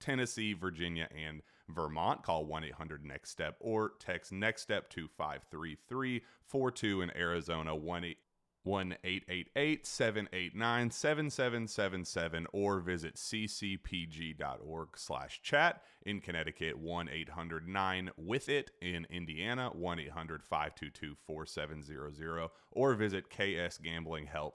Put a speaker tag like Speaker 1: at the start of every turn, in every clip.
Speaker 1: Tennessee, Virginia, and Vermont. Call 1 800 Next Step or text Next Step to 533 42 in Arizona 1 888 789 7777 or visit ccpg.org slash chat in Connecticut 1 800 9 with it in Indiana 1 800 522 4700 or visit ksgamblinghelp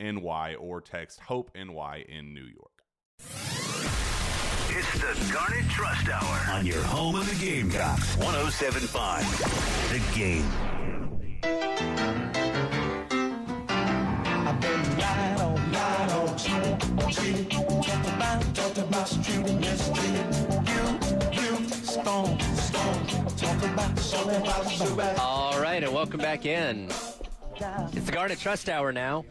Speaker 1: NY or text Hope NY in New York.
Speaker 2: It's the Garnet Trust Hour oh on your home of the Gamecocks, 1075. The game.
Speaker 3: I've been right all night on G, G. Talk about, talk about street, yes, street. You, you, stone, stone. Talk about, talk about, talk about.
Speaker 4: All right, and welcome back in. It's the Garnet Trust Hour now.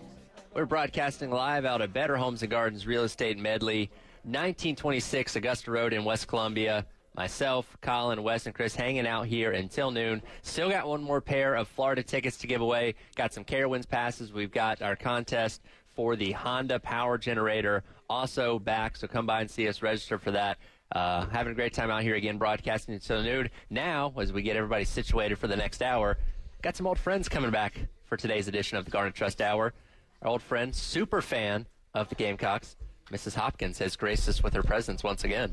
Speaker 4: We're broadcasting live out of Better Homes and Gardens Real Estate Medley, 1926 Augusta Road in West Columbia. Myself, Colin, Wes, and Chris hanging out here until noon. Still got one more pair of Florida tickets to give away. Got some Carowinds passes. We've got our contest for the Honda Power Generator also back. So come by and see us register for that. Uh, having a great time out here again, broadcasting until noon. Now, as we get everybody situated for the next hour, got some old friends coming back for today's edition of the Garnet Trust Hour our old friend, super fan of the Gamecocks, Mrs. Hopkins, has graced us with her presence once again.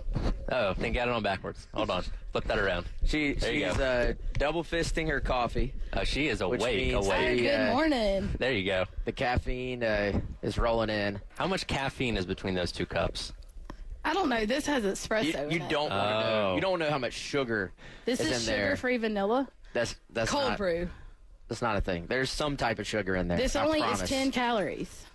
Speaker 4: Oh, think got it on backwards. Hold on, flip that around.
Speaker 5: She
Speaker 4: There you
Speaker 5: she's
Speaker 4: go.
Speaker 5: uh, double fisting her coffee.
Speaker 4: Oh, she is awake,
Speaker 5: means-
Speaker 6: Hi,
Speaker 4: awake.
Speaker 5: Hey,
Speaker 6: good
Speaker 5: uh,
Speaker 6: morning.
Speaker 4: There you go.
Speaker 5: The caffeine uh, is rolling in.
Speaker 4: How much caffeine is between those two cups?
Speaker 6: I don't know. This has espresso.
Speaker 5: You, you
Speaker 6: in it.
Speaker 5: don't want to
Speaker 4: Oh.
Speaker 5: know. You don't know how much sugar
Speaker 6: This is,
Speaker 5: in there.
Speaker 6: sugar-free vanilla
Speaker 5: That's that's
Speaker 6: cold
Speaker 5: not,
Speaker 6: brew.
Speaker 5: That's not a thing. There's some type of sugar in there.
Speaker 6: This
Speaker 5: I
Speaker 6: only
Speaker 5: promise.
Speaker 6: is ten calories.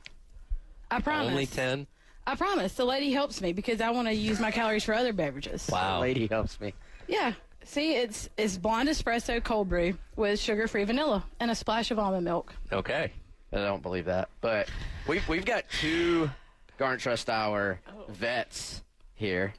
Speaker 6: I promise.
Speaker 4: Only 10?
Speaker 6: I promise. The lady helps me because I want to use my calories for other beverages.
Speaker 5: The
Speaker 4: Wow.
Speaker 5: lady helps me.
Speaker 6: Yeah. See, it's it's blonde espresso cold brew with sugar-free vanilla and a splash of almond milk.
Speaker 4: Okay.
Speaker 5: I don't believe that. But we've we've got two Garnet Trust Hour vets here.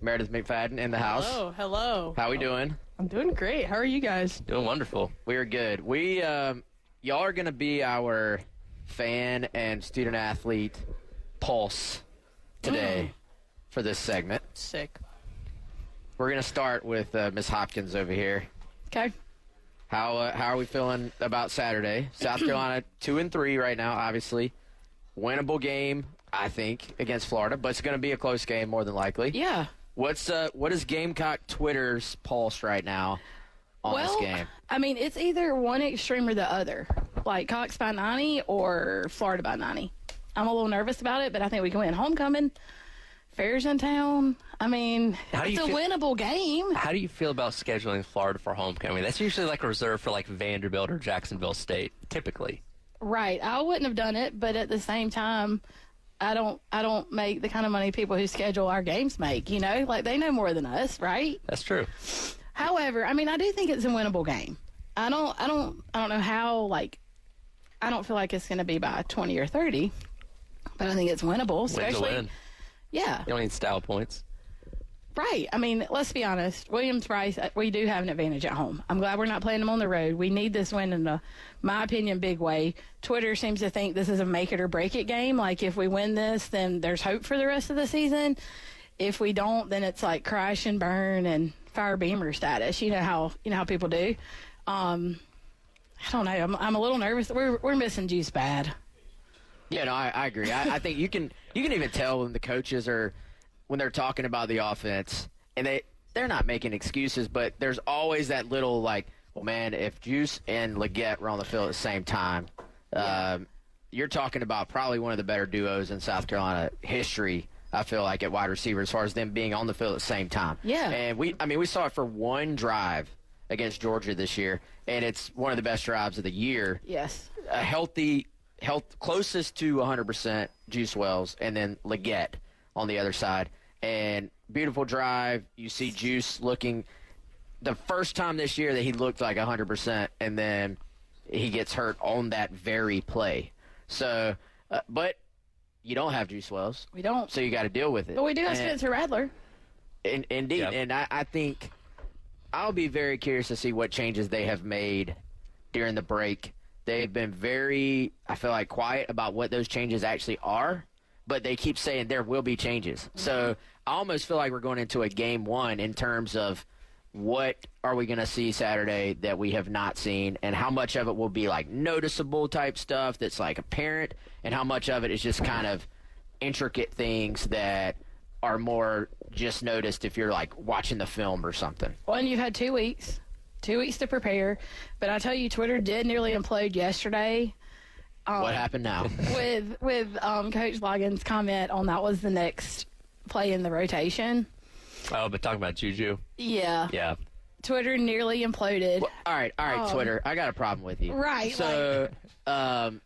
Speaker 5: Meredith McFadden in the house.
Speaker 6: Oh.
Speaker 7: Hello, Oh, hello.
Speaker 5: How we doing?
Speaker 7: I'm doing great. How are you guys?
Speaker 4: Doing wonderful.
Speaker 5: We are good. We um, y'all are gonna be our fan and student athlete pulse today
Speaker 6: Mm.
Speaker 5: for this segment.
Speaker 7: Sick.
Speaker 5: We're gonna start with uh, Miss Hopkins over here.
Speaker 6: Okay.
Speaker 5: How uh, how are we feeling about Saturday? South Carolina two and three right now, obviously. Winnable game, I think, against Florida, but it's gonna be a close game more than likely.
Speaker 6: Yeah.
Speaker 5: What's uh what is Gamecock Twitter's pulse right now on
Speaker 6: well,
Speaker 5: this game?
Speaker 6: I mean, it's either one extreme or the other, like Cox by 90 or Florida by 90. I'm a little nervous about it, but I think we can win. Homecoming, Fair's in town. I mean,
Speaker 4: How do
Speaker 6: it's
Speaker 4: you
Speaker 6: a
Speaker 4: feel-
Speaker 6: winnable game.
Speaker 4: How do you feel about scheduling Florida for homecoming? That's usually like reserved for like Vanderbilt or Jacksonville State, typically.
Speaker 6: Right. I wouldn't have done it, but at the same time, I don't I don't make the kind of money people who schedule our games make, you know? Like they know more than us, right?
Speaker 4: That's true.
Speaker 6: However, I mean, I do think it's a winnable game. I don't, I don't, I don't know how like I don't feel like it's going to be by 20 or 30, but I think it's winnable,
Speaker 4: Win to
Speaker 6: especially.
Speaker 4: win.
Speaker 6: Yeah,
Speaker 4: You don't need style points.
Speaker 6: right. I mean, let's be honest. Williams Rice, uh, we do have an advantage at home. I'm glad we're not playing them on the road. We need this win in a, my opinion, big way. Twitter seems to think this is a make it or break it game. Like, if we win this, then there's hope for the rest of the season. If we don't, then it's like crash and burn and fire beamer status. You know how you know how people do. Um, I don't know. I'm, I'm a little nervous. We're we're missing juice bad.
Speaker 5: Yeah, no, I, I agree. I, I think you can you can even tell when the coaches are when they're talking about the offense and they they're not making excuses, but there's always that little like, well, man, if Juice and Leggett were on the field at the same time, um, you're talking about probably one of the better duos in South Carolina history. I feel like at wide receiver as far as them being on the field at the same time.
Speaker 6: Yeah.
Speaker 5: and we I mean we saw it for one drive against Georgia this year, and it's one of the best drives of the year
Speaker 6: Yes.
Speaker 5: a healthy health closest to 100% Juice Wells and then Leggett on the other side. And beautiful drive. You see Juice looking the first time this year that he looked like 100% and then he gets hurt on that very play. So, uh, but you don't have Juice Wells,
Speaker 6: We don't.
Speaker 5: so you got to deal with it.
Speaker 6: But we do have
Speaker 5: And-
Speaker 6: Spencer Radler.
Speaker 5: in, indeed,
Speaker 4: Yeah.
Speaker 5: and I, I think I'll be very curious to see what changes they have made during the break. They've been very, I feel like, quiet about what those changes actually are, but they keep saying there will be changes. So I almost feel like we're going into a game one in terms of what are we going to see Saturday that we have not seen, and how much of it will be like noticeable type stuff that's like apparent, and how much of it is just kind of intricate things that are more just noticed if you're like watching the film or something.
Speaker 6: Well, and you had two weeks, two weeks to prepare. But I tell you, Twitter did nearly implode yesterday Oh.
Speaker 5: what happened now?
Speaker 6: with with um, Coach Logan's comment on that was the next play in the rotation.
Speaker 4: Oh, but talking about Juju.
Speaker 6: Yeah,
Speaker 4: Yeah.
Speaker 6: Twitter nearly imploded.
Speaker 5: all right, all right,
Speaker 6: Oh.
Speaker 5: Twitter. I got a problem with you.
Speaker 6: Right,
Speaker 5: So, um,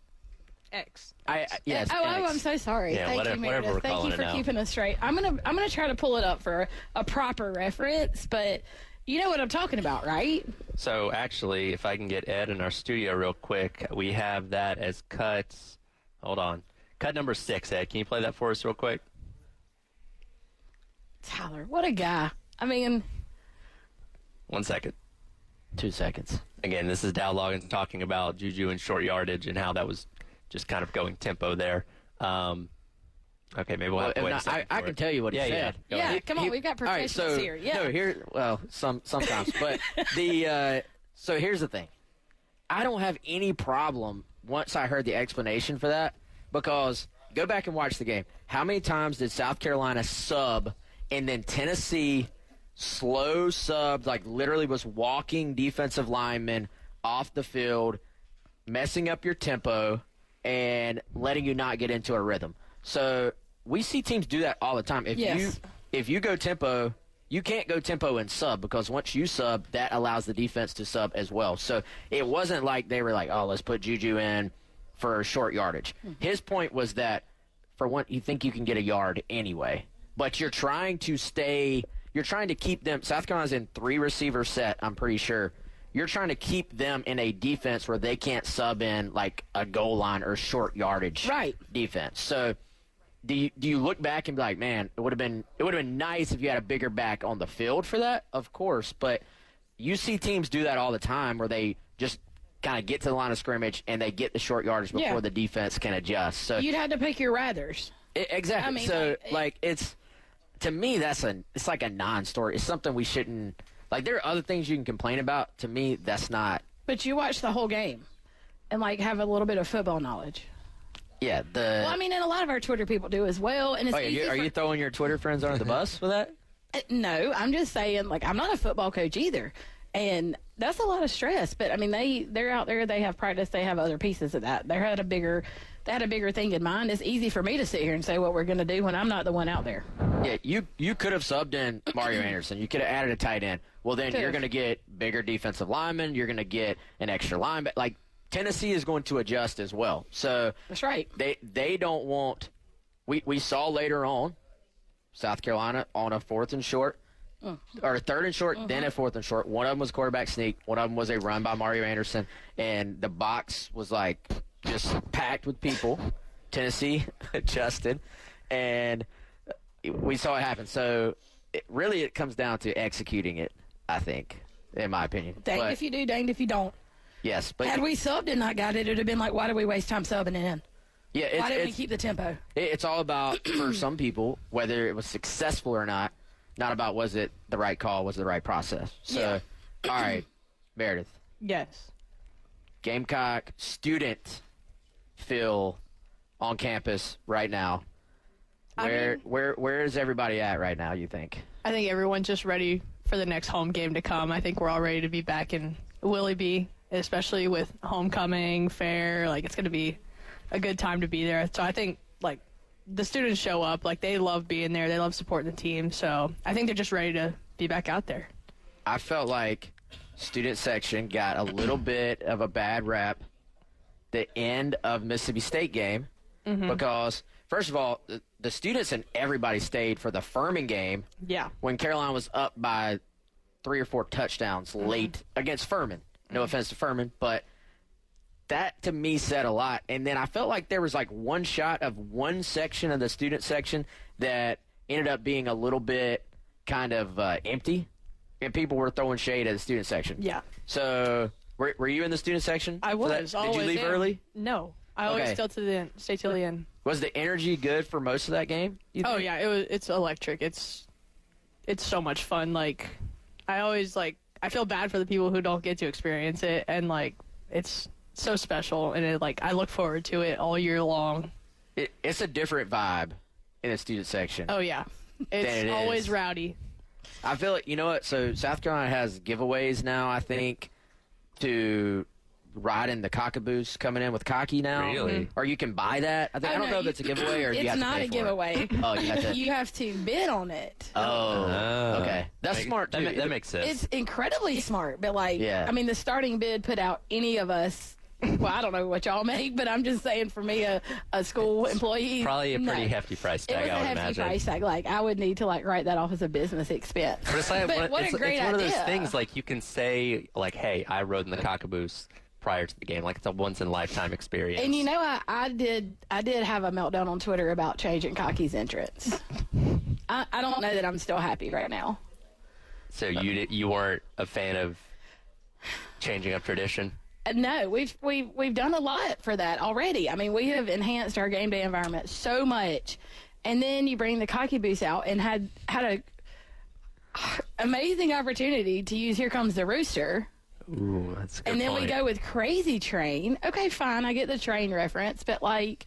Speaker 7: X.
Speaker 5: I I- yes.
Speaker 6: oh, oh,
Speaker 5: X.
Speaker 6: I'm so sorry.
Speaker 4: Yeah,
Speaker 6: Thank
Speaker 4: whatever-
Speaker 6: you,
Speaker 4: whatever we're
Speaker 6: Meredith. Thank
Speaker 4: calling
Speaker 6: you
Speaker 4: it
Speaker 6: for
Speaker 4: now.
Speaker 6: keeping us straight. I'm gonna I'm gonna try to pull it up for a proper reference, but you know what I'm talking about, right?
Speaker 4: So actually, if I can get Ed in our studio real quick, we have that as cuts. Hold on. Cut number six, Ed. Can you play that for us real quick?
Speaker 6: Tyler, what a guy. I mean,
Speaker 4: One second.
Speaker 5: Two seconds.
Speaker 4: Again, this is Dow Loggins talking about Juju and short yardage and how that was just kind of going tempo there. Um, okay, maybe we'll
Speaker 5: Well,
Speaker 4: have to
Speaker 5: if
Speaker 4: wait a
Speaker 5: not,
Speaker 4: second.
Speaker 5: I, I
Speaker 4: for
Speaker 5: can
Speaker 4: it.
Speaker 5: tell you what
Speaker 4: Yeah,
Speaker 5: he
Speaker 4: yeah.
Speaker 5: said.
Speaker 4: Go
Speaker 6: Yeah,
Speaker 4: ahead.
Speaker 6: come on, we've got
Speaker 5: All right,
Speaker 6: professionals
Speaker 5: so
Speaker 6: here. Yeah.
Speaker 5: no, here. Well, some sometimes, but the uh, so here's the thing. I don't have any problem once I heard the explanation for that because go back and watch the game. How many times did South Carolina sub and then Tennessee slow subbed, like literally was walking defensive linemen off the field, messing up your tempo and letting you not get into a rhythm. So we see teams do that all the time. If you
Speaker 6: Yes.
Speaker 5: if you go tempo, you can't go tempo and sub because once you sub, that allows the defense to sub as well. So it wasn't like they were like, oh, let's put Juju in for short yardage. His point was that for one, you think you can get a yard anyway, but you're trying to stay. You're trying to keep them. South Carolina's in three receiver set. I'm pretty sure. You're trying to keep them in a defense where they can't sub in like a goal line or short yardage
Speaker 6: Right.
Speaker 5: defense. So do you, do you look back and be like, man, it would have been it would have been nice if you had a bigger back on the field for that, of course. But you see teams do that all the time, where they just kind of get to the line of scrimmage and they get the short yardage before
Speaker 6: Yeah.
Speaker 5: the defense can adjust. So
Speaker 6: You'd had to pick your rathers.
Speaker 5: I- exactly.
Speaker 6: I mean,
Speaker 5: so
Speaker 6: like,
Speaker 5: like,
Speaker 6: it-
Speaker 5: it's to me that's a it's like a non-story. It's something we shouldn't like. There are other things you can complain about. To me, that's not.
Speaker 6: But you watch the whole game and like have a little bit of football knowledge.
Speaker 5: Yeah. The
Speaker 6: Well, I mean, and a lot of our Twitter people do as well. And it's
Speaker 5: Wait, are,
Speaker 6: easy
Speaker 5: Oh, you, are
Speaker 6: for-
Speaker 5: you throwing your Twitter friends under the bus with that?
Speaker 6: Uh, no, I'm just saying, like, I'm not a football coach either, and that's a lot of stress. But I mean, they they're out there, they have practice, they have other pieces of that. They had a bigger, they had a bigger thing in mind. It's easy for me to sit here and say what we're going to do when I'm not the one out there.
Speaker 5: Yeah, you you could have subbed in Mario Anderson. You could have added a tight end. Well, then you're
Speaker 6: Could've.
Speaker 5: going to get bigger defensive linemen. You're going to get an extra linebacker. Like Tennessee is going to adjust as well. So
Speaker 6: That's right.
Speaker 5: they they don't want. We we saw later on, South Carolina on a fourth and short,
Speaker 6: Mm.
Speaker 5: or a third and short, then
Speaker 6: Mm-hmm.
Speaker 5: a fourth and short. One of them was quarterback sneak. One of them was a run by Mario Anderson, and the box was like, just packed with people. Tennessee adjusted, and we saw it happen. So it, really, it comes down to executing it. I think, in my opinion.
Speaker 6: Danged
Speaker 5: But-
Speaker 6: if you do, danged if you don't.
Speaker 5: yes, but
Speaker 6: Had we subbed and not got it, it would have been like, why did we waste time subbing it in?
Speaker 5: yeah, it's,
Speaker 6: Why didn't we
Speaker 5: it's-
Speaker 6: keep the tempo?
Speaker 5: It, it's all about for some people whether it was successful or not. Not about was it the right call, was it the right process. So, all right, Meredith,
Speaker 7: Yes.
Speaker 5: Gamecock student Phil on campus right now.
Speaker 7: I
Speaker 5: Where
Speaker 7: mean-
Speaker 5: where where is everybody at right now? You think?
Speaker 7: I think everyone's just ready for the next home game to come. I think we're all ready to be back in Willie B, especially with homecoming fair. Like it's going to be a good time to be there. So I think like the students show up, like they love being there. They love supporting the team. So I think they're just ready to be back out there.
Speaker 5: I felt like student section got a little bit of a bad rap the end of Mississippi State game because first of all, the, the students and everybody stayed for the Furman game
Speaker 7: Yeah.
Speaker 5: when Carolina was up by three or four touchdowns late against Furman. No offense to Furman, but that to me said a lot. And then I felt like there was like one shot of one section of the student section that ended up being a little bit kind of uh, empty, and people were throwing shade at the student section.
Speaker 7: Yeah.
Speaker 5: So were, were you in the student section?
Speaker 7: I
Speaker 5: for that?
Speaker 7: was.
Speaker 5: Did you
Speaker 7: always
Speaker 5: leave
Speaker 7: am.
Speaker 5: early?
Speaker 7: No. I always
Speaker 5: Okay.
Speaker 7: still to the end, stay till the end.
Speaker 5: Was the energy good for most of that game? you
Speaker 7: Oh
Speaker 5: think?
Speaker 7: yeah, it was. It's electric. It's it's so much fun. Like I always like. I feel bad for the people who don't get to experience it, and like it's so special, and it like I look forward to it all year long.
Speaker 5: It, it's a different vibe in the student section.
Speaker 7: Oh yeah, it's
Speaker 5: it
Speaker 7: always
Speaker 5: is.
Speaker 7: rowdy.
Speaker 5: I feel like you know what. So South Carolina has giveaways now. I think to ride in the cockaboos coming in with cocky now.
Speaker 4: Really?
Speaker 5: Or you can buy that. I think I
Speaker 6: Oh,
Speaker 5: don't know if
Speaker 6: no, Mm-hmm. you-
Speaker 5: it's a giveaway or you
Speaker 6: It's
Speaker 5: have to
Speaker 6: not
Speaker 5: pay
Speaker 6: a
Speaker 5: for it.
Speaker 6: giveaway.
Speaker 5: Oh, you have to.
Speaker 6: you have to bid on it.
Speaker 5: Oh,
Speaker 4: Ah.
Speaker 5: okay. That's
Speaker 4: Make-
Speaker 5: smart,
Speaker 4: That,
Speaker 5: too.
Speaker 4: ma- that makes sense.
Speaker 6: It's incredibly smart, but like,
Speaker 5: Yeah.
Speaker 6: I mean, the starting bid put out any of us. Well, I don't know what y'all make, but I'm just saying for me, a, a school employee,
Speaker 4: Probably a pretty
Speaker 6: no.
Speaker 4: hefty price
Speaker 6: It
Speaker 4: tag,
Speaker 6: was
Speaker 4: I
Speaker 6: a
Speaker 4: would
Speaker 6: hefty
Speaker 4: imagine.
Speaker 6: price tag. Like, I would need to like write that off as a business expense.
Speaker 4: But it's like
Speaker 6: But
Speaker 4: one,
Speaker 6: what a
Speaker 4: it's,
Speaker 6: great
Speaker 4: it's one of those
Speaker 6: idea.
Speaker 4: things like you can say like, "Hey, I rode in the cockaboos prior to the game." Like it's a once in a lifetime experience.
Speaker 6: And you know, I, I did I did have a meltdown on Twitter about changing Cocky's entrance. I, I don't know that I'm still happy right now.
Speaker 4: so you di- you weren't a fan of changing up tradition.
Speaker 6: Uh, No, we've we've we've done a lot for that already. I mean, we have enhanced our game day environment so much, and then you bring the cocky boost out and had had a amazing opportunity to use "Here Comes the Rooster,"
Speaker 4: Ooh, that's a good
Speaker 6: and then we go with "Crazy Train." Okay, fine, I get the train reference, but like.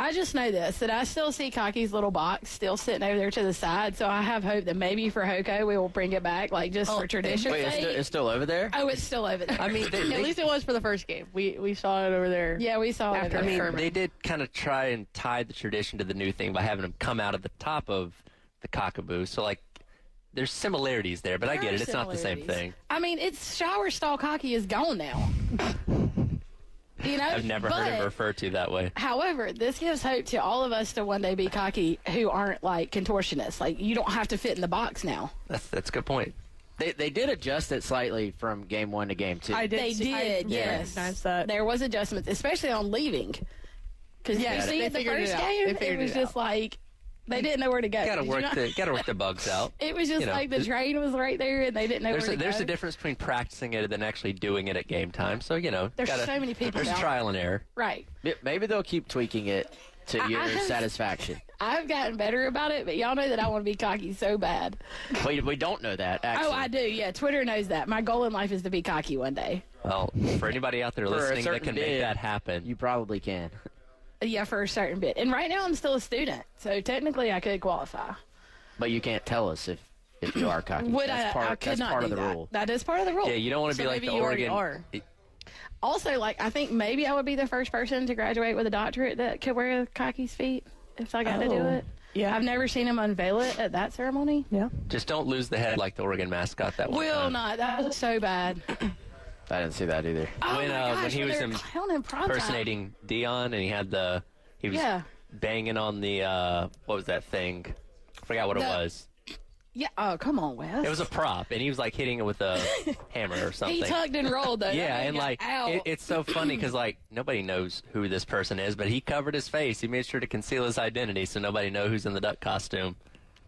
Speaker 6: I just know this that I still see Cocky's little box still sitting over there to the side, so I have hope that maybe for Hoko we will bring it back, like just for tradition.
Speaker 5: Wait, it's,
Speaker 6: sake.
Speaker 5: still, it's still over there.
Speaker 6: oh, it's still over there.
Speaker 4: I mean, they,
Speaker 7: At
Speaker 4: they,
Speaker 7: least it was for the first game. We we saw it over there.
Speaker 6: yeah, we saw it.
Speaker 7: After
Speaker 6: over there.
Speaker 7: me.
Speaker 4: they did kind of try and tie the tradition to the new thing by having them come out of the top of the cockaboo. So like, there's similarities there, but I get it. It's not the same
Speaker 6: similarities.
Speaker 4: thing.
Speaker 6: I mean, it's shower stall cocky is gone now. you know,
Speaker 4: I've never
Speaker 6: but,
Speaker 4: heard him referred to that way.
Speaker 6: However, this gives hope to all of us to one day be cocky who aren't like contortionists. Like you don't have to fit in the box now.
Speaker 4: That's that's a good point.
Speaker 5: They they did adjust it slightly from game one to game two.
Speaker 7: I did.
Speaker 6: They
Speaker 7: see- I
Speaker 6: did, yes.
Speaker 7: recognized that.
Speaker 6: There was adjustments, especially on leaving. Because
Speaker 7: Yeah,
Speaker 6: you see,
Speaker 7: they
Speaker 6: at the
Speaker 7: figured it
Speaker 6: first
Speaker 7: out. They
Speaker 6: game, it
Speaker 7: figured
Speaker 6: was
Speaker 7: it
Speaker 6: just like they didn't know where to go.
Speaker 4: Got to
Speaker 6: Did you
Speaker 4: work
Speaker 6: not-
Speaker 4: the got to work the bugs out.
Speaker 6: It was just
Speaker 4: you know,
Speaker 6: like the train was right there, and they didn't know
Speaker 4: There's
Speaker 6: where
Speaker 4: a,
Speaker 6: to
Speaker 4: there's
Speaker 6: go.
Speaker 4: a difference between practicing it and then actually doing it at game time. So you know,
Speaker 6: There's
Speaker 4: gotta-
Speaker 6: so many people
Speaker 4: There's
Speaker 6: now.
Speaker 4: trial and error.
Speaker 6: right.
Speaker 5: M- Maybe they'll keep tweaking it to your
Speaker 6: I-
Speaker 5: satisfaction.
Speaker 6: I've gotten better about it, but y'all know that I want to be cocky so bad.
Speaker 5: we, we don't know that. Actually.
Speaker 6: Oh, I do. Yeah, Twitter knows that. My goal in life is to be cocky one day.
Speaker 4: Well, for anybody out there
Speaker 5: a
Speaker 4: listening that
Speaker 5: certain
Speaker 4: can
Speaker 5: bid,
Speaker 4: make that happen,
Speaker 5: You probably can.
Speaker 6: Yeah, for a certain bit. And right now I'm still a student, so technically I could qualify.
Speaker 5: But you can't tell us if, if you are cocky.
Speaker 6: Would
Speaker 5: that's
Speaker 6: I?
Speaker 5: part,
Speaker 6: I could
Speaker 5: that's
Speaker 6: not
Speaker 5: part
Speaker 6: do
Speaker 5: of the
Speaker 6: that.
Speaker 5: rule.
Speaker 6: That is part of the rule.
Speaker 4: yeah, you don't want to
Speaker 7: So
Speaker 4: be like
Speaker 7: maybe
Speaker 4: the
Speaker 7: you already
Speaker 4: Oregon.
Speaker 7: are.
Speaker 6: Also, like I think maybe I would be the first person to graduate with a doctorate that could wear cocky's feet if I got to do
Speaker 7: Oh.
Speaker 6: it.
Speaker 7: Yeah.
Speaker 6: I've never seen him unveil it at that ceremony.
Speaker 7: Yeah.
Speaker 4: Just don't lose the head like the Oregon mascot. That one
Speaker 6: Will
Speaker 4: time.
Speaker 6: not. That was so bad.
Speaker 5: I didn't see that either.
Speaker 6: Oh
Speaker 4: When,
Speaker 6: my
Speaker 4: uh,
Speaker 6: gosh,
Speaker 4: when he
Speaker 6: when
Speaker 4: was
Speaker 6: they were
Speaker 4: in-
Speaker 6: clowning prom time.
Speaker 4: impersonating Dion, and he had the he was
Speaker 6: Yeah.
Speaker 4: banging on the uh, what was that thing? Forgot what it
Speaker 6: The-
Speaker 4: was.
Speaker 6: Yeah. Oh, come on, Wes.
Speaker 4: It was a prop, and he was like hitting it with a hammer or something.
Speaker 6: he tugged and rolled though.
Speaker 4: yeah,
Speaker 6: That
Speaker 4: and
Speaker 6: man
Speaker 4: like
Speaker 6: got out.
Speaker 4: it, it's so funny because like nobody knows who this person is, but he covered his face. He made sure to conceal his identity so nobody know who's in the duck costume.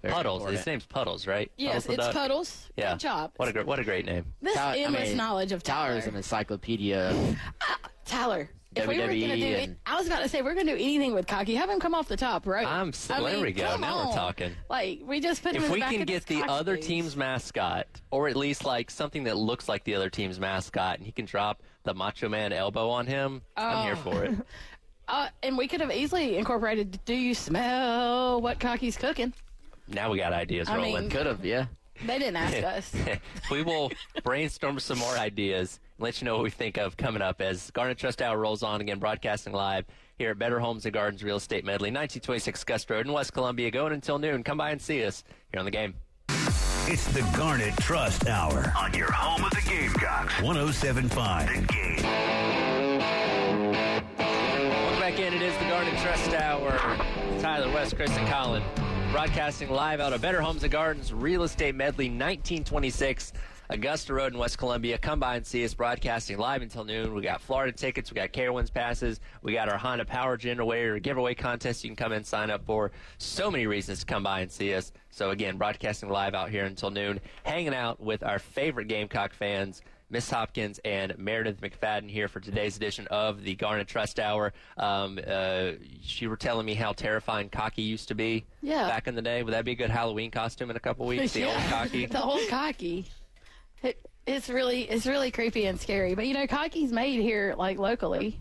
Speaker 4: Puddles.
Speaker 5: important.
Speaker 4: His name's Puddles, right?
Speaker 6: yes,
Speaker 4: Puddles the
Speaker 6: it's
Speaker 4: duck.
Speaker 6: puddles.
Speaker 4: Yeah.
Speaker 6: Good job.
Speaker 4: What a gr- what a great name.
Speaker 6: this
Speaker 5: Tyler- I
Speaker 6: endless
Speaker 5: mean,
Speaker 6: knowledge of Tyler.
Speaker 5: Tyler is an encyclopedia.
Speaker 6: Tyler. If we were gonna do,
Speaker 4: E
Speaker 5: WWE
Speaker 6: it,
Speaker 5: and-
Speaker 6: I was about to say we're gonna do anything with Cocky. Have him come off the top, right?
Speaker 4: I'm s- there we go.
Speaker 6: come
Speaker 4: Now we're
Speaker 6: on.
Speaker 4: talking.
Speaker 6: Like we just put him.
Speaker 4: If
Speaker 6: in
Speaker 4: we
Speaker 6: the back
Speaker 4: can
Speaker 6: of
Speaker 4: get the
Speaker 6: Cocky
Speaker 4: other
Speaker 6: booth.
Speaker 4: team's mascot, or at least like something that looks like the other team's mascot, and he can drop the Macho Man elbow on him, I'm here for it.
Speaker 6: uh, and we could have easily incorporated. Do you smell what Cocky's cooking?
Speaker 4: Now we got ideas
Speaker 6: I
Speaker 4: rolling.
Speaker 6: mean-
Speaker 5: Could have, yeah.
Speaker 6: They didn't ask us.
Speaker 4: we will brainstorm some more ideas and let you know what we think of coming up as Garnet Trust Hour rolls on again, broadcasting live here at Better Homes and Gardens Real Estate Medley, 1926 Gust Road in West Columbia. Going until noon. Come by and see us here on the game.
Speaker 2: It's the Garnet Trust Hour oh on your home of the Gamecocks. 107.5. The Game.
Speaker 4: Welcome back in. It is the Garden Trust Hour. Tyler West, Chris, and Colin broadcasting live out of Better Homes and Gardens Real Estate Medley 1926, Augusta Road in West Columbia. Come by and see us broadcasting live until noon. We got Florida tickets, we got Carowinds passes, we got our Honda Power Generator giveaway contest you can come and sign up for. So many reasons to come by and see us. So, again, broadcasting live out here until noon, hanging out with our favorite Gamecock fans. Miss Hopkins and Meredith McFadden here for today's edition of the Garnet Trust Hour. Um, uh, she were telling me how terrifying cocky used to be
Speaker 6: Yeah.
Speaker 4: back in the day. Would that be a good Halloween costume in a couple weeks? The old
Speaker 6: Yeah.
Speaker 4: cocky.
Speaker 6: the old cocky. It, it's really it's really creepy and scary. But you know, cocky's made here like locally.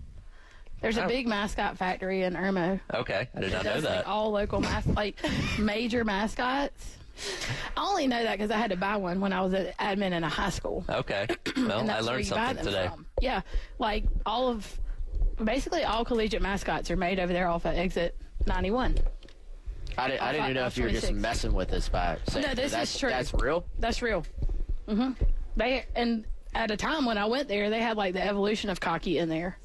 Speaker 6: There's a
Speaker 4: Oh.
Speaker 6: big mascot factory in Irmo.
Speaker 4: Okay, I did not know
Speaker 6: That's
Speaker 4: that.
Speaker 6: like all local mas- like major mascots. I only know that because I had to buy one when I was an admin in a high school.
Speaker 4: okay,
Speaker 6: And
Speaker 4: well, Oh, I
Speaker 6: that's where
Speaker 4: learned
Speaker 6: you buy
Speaker 4: something
Speaker 6: them
Speaker 4: today.
Speaker 6: from. Yeah, like all of basically all collegiate mascots are made over there off of exit 91.
Speaker 5: I, did, I didn't
Speaker 6: thought
Speaker 5: know
Speaker 6: I
Speaker 5: if you were
Speaker 6: was
Speaker 5: just
Speaker 6: 26.
Speaker 5: messing with us by saying
Speaker 6: No, this
Speaker 5: that's,
Speaker 6: is true.
Speaker 5: That's real.
Speaker 6: That's real. Mm-hmm. They and at a time when I went there, they had like the evolution of cocky in there,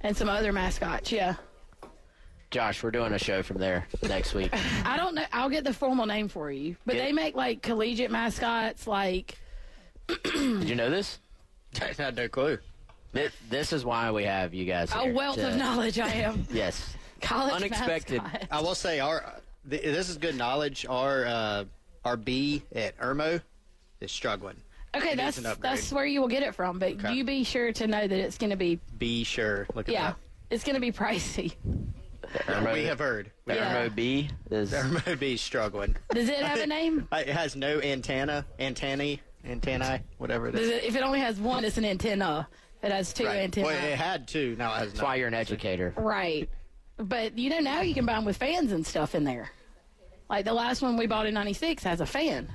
Speaker 6: and some other mascots. Yeah,
Speaker 5: Josh, we're doing a show from there next week.
Speaker 6: I don't know. I'll get the formal name for you, but
Speaker 5: Yeah.
Speaker 6: they make like collegiate mascots. Like
Speaker 5: Did you know this?
Speaker 4: I had no clue.
Speaker 5: This, this is why we have you guys.
Speaker 6: a
Speaker 5: here
Speaker 6: wealth
Speaker 5: to-
Speaker 6: of knowledge. I am
Speaker 5: Yes.
Speaker 6: college
Speaker 5: Unexpected.
Speaker 6: mascot.
Speaker 8: I will say our th- this is good knowledge. Our uh, our B at Irmo is struggling.
Speaker 6: Okay,
Speaker 8: needs
Speaker 6: that's
Speaker 8: an upgrade.
Speaker 6: that's where you will get it from. But
Speaker 8: Okay.
Speaker 6: you be sure to know that it's going to be
Speaker 8: Be sure. Look at
Speaker 6: yeah, it's going to be pricey.
Speaker 8: that. We have heard.
Speaker 5: The
Speaker 6: Yeah.
Speaker 5: Irmo B is
Speaker 8: Irmo B is struggling. Uh,
Speaker 6: Does it have a name?
Speaker 8: It has no antenna, antennae, antennae, whatever it
Speaker 6: Does
Speaker 8: is.
Speaker 6: it, if it only has one, it's an antenna. If It has two
Speaker 8: Right.
Speaker 6: antennae.
Speaker 8: Well, it had two. Now it has
Speaker 5: that's why
Speaker 8: none.
Speaker 5: you're an educator.
Speaker 6: Right. But you know now you can buy them with fans and stuff in there. Like the last one we bought in '96 has a fan.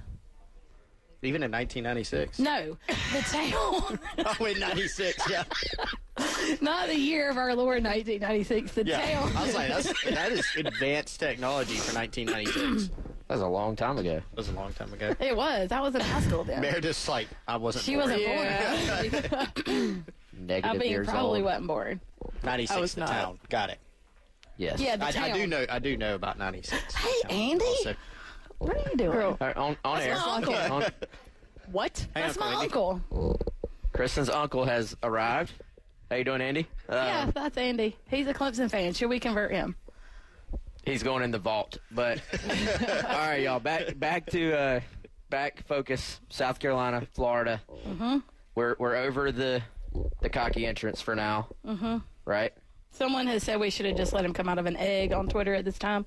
Speaker 8: Even in 1996.
Speaker 6: No, the tail,
Speaker 8: Oh, in 96. Yeah.
Speaker 6: not the year of our Lord 1996. The
Speaker 8: Yeah.
Speaker 6: tail.
Speaker 8: I was like, that's, that is advanced technology for 1996. That
Speaker 5: That was a long time ago.
Speaker 8: was a long time ago.
Speaker 6: It was. I was in high school then.
Speaker 8: Meredith's like, I wasn't.
Speaker 6: she
Speaker 8: born.
Speaker 6: wasn't
Speaker 7: Yeah.
Speaker 6: born. I
Speaker 5: Negative
Speaker 6: mean,
Speaker 5: years
Speaker 6: probably
Speaker 5: old.
Speaker 6: wasn't born.
Speaker 8: 96
Speaker 7: I was
Speaker 8: the
Speaker 7: not.
Speaker 8: town. Got it.
Speaker 5: Yes.
Speaker 6: Yeah, the
Speaker 8: I,
Speaker 6: tail.
Speaker 8: I do know. I do know about 96.
Speaker 6: Hey,
Speaker 8: the town
Speaker 6: Andy.
Speaker 8: also.
Speaker 6: What are you doing?
Speaker 7: Girl.
Speaker 5: All right, on on air.
Speaker 6: my uncle.
Speaker 5: On,
Speaker 7: What?
Speaker 8: Hey,
Speaker 6: That's my
Speaker 8: Andy. Uh,
Speaker 6: uncle.
Speaker 5: Kristen's uncle has arrived. How you doing, Andy? Uh,
Speaker 6: yeah, that's Andy. He's a Clemson fan. Should we convert him?
Speaker 5: He's going in the vault. But all right, y'all, back back to uh, back focus. South Carolina, Florida. Mm-hmm. We're we're over the the cocky entrance for now. Mm-hmm. Right.
Speaker 6: Someone has said we should have just let him come out of an egg on Twitter at this time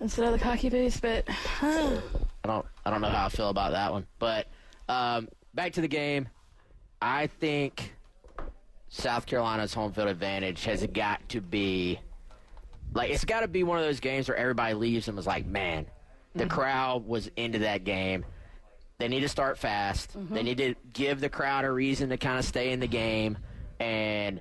Speaker 6: instead of the cocky boost, but
Speaker 5: I don't I don't know how I feel about that one. But um, back to the game. I think South Carolina's home field advantage has got to be like it's got to be one of those games where everybody leaves and was like, "Man, the crowd was into that game." They need to start fast. They need to give the crowd a reason to kind of stay in the game and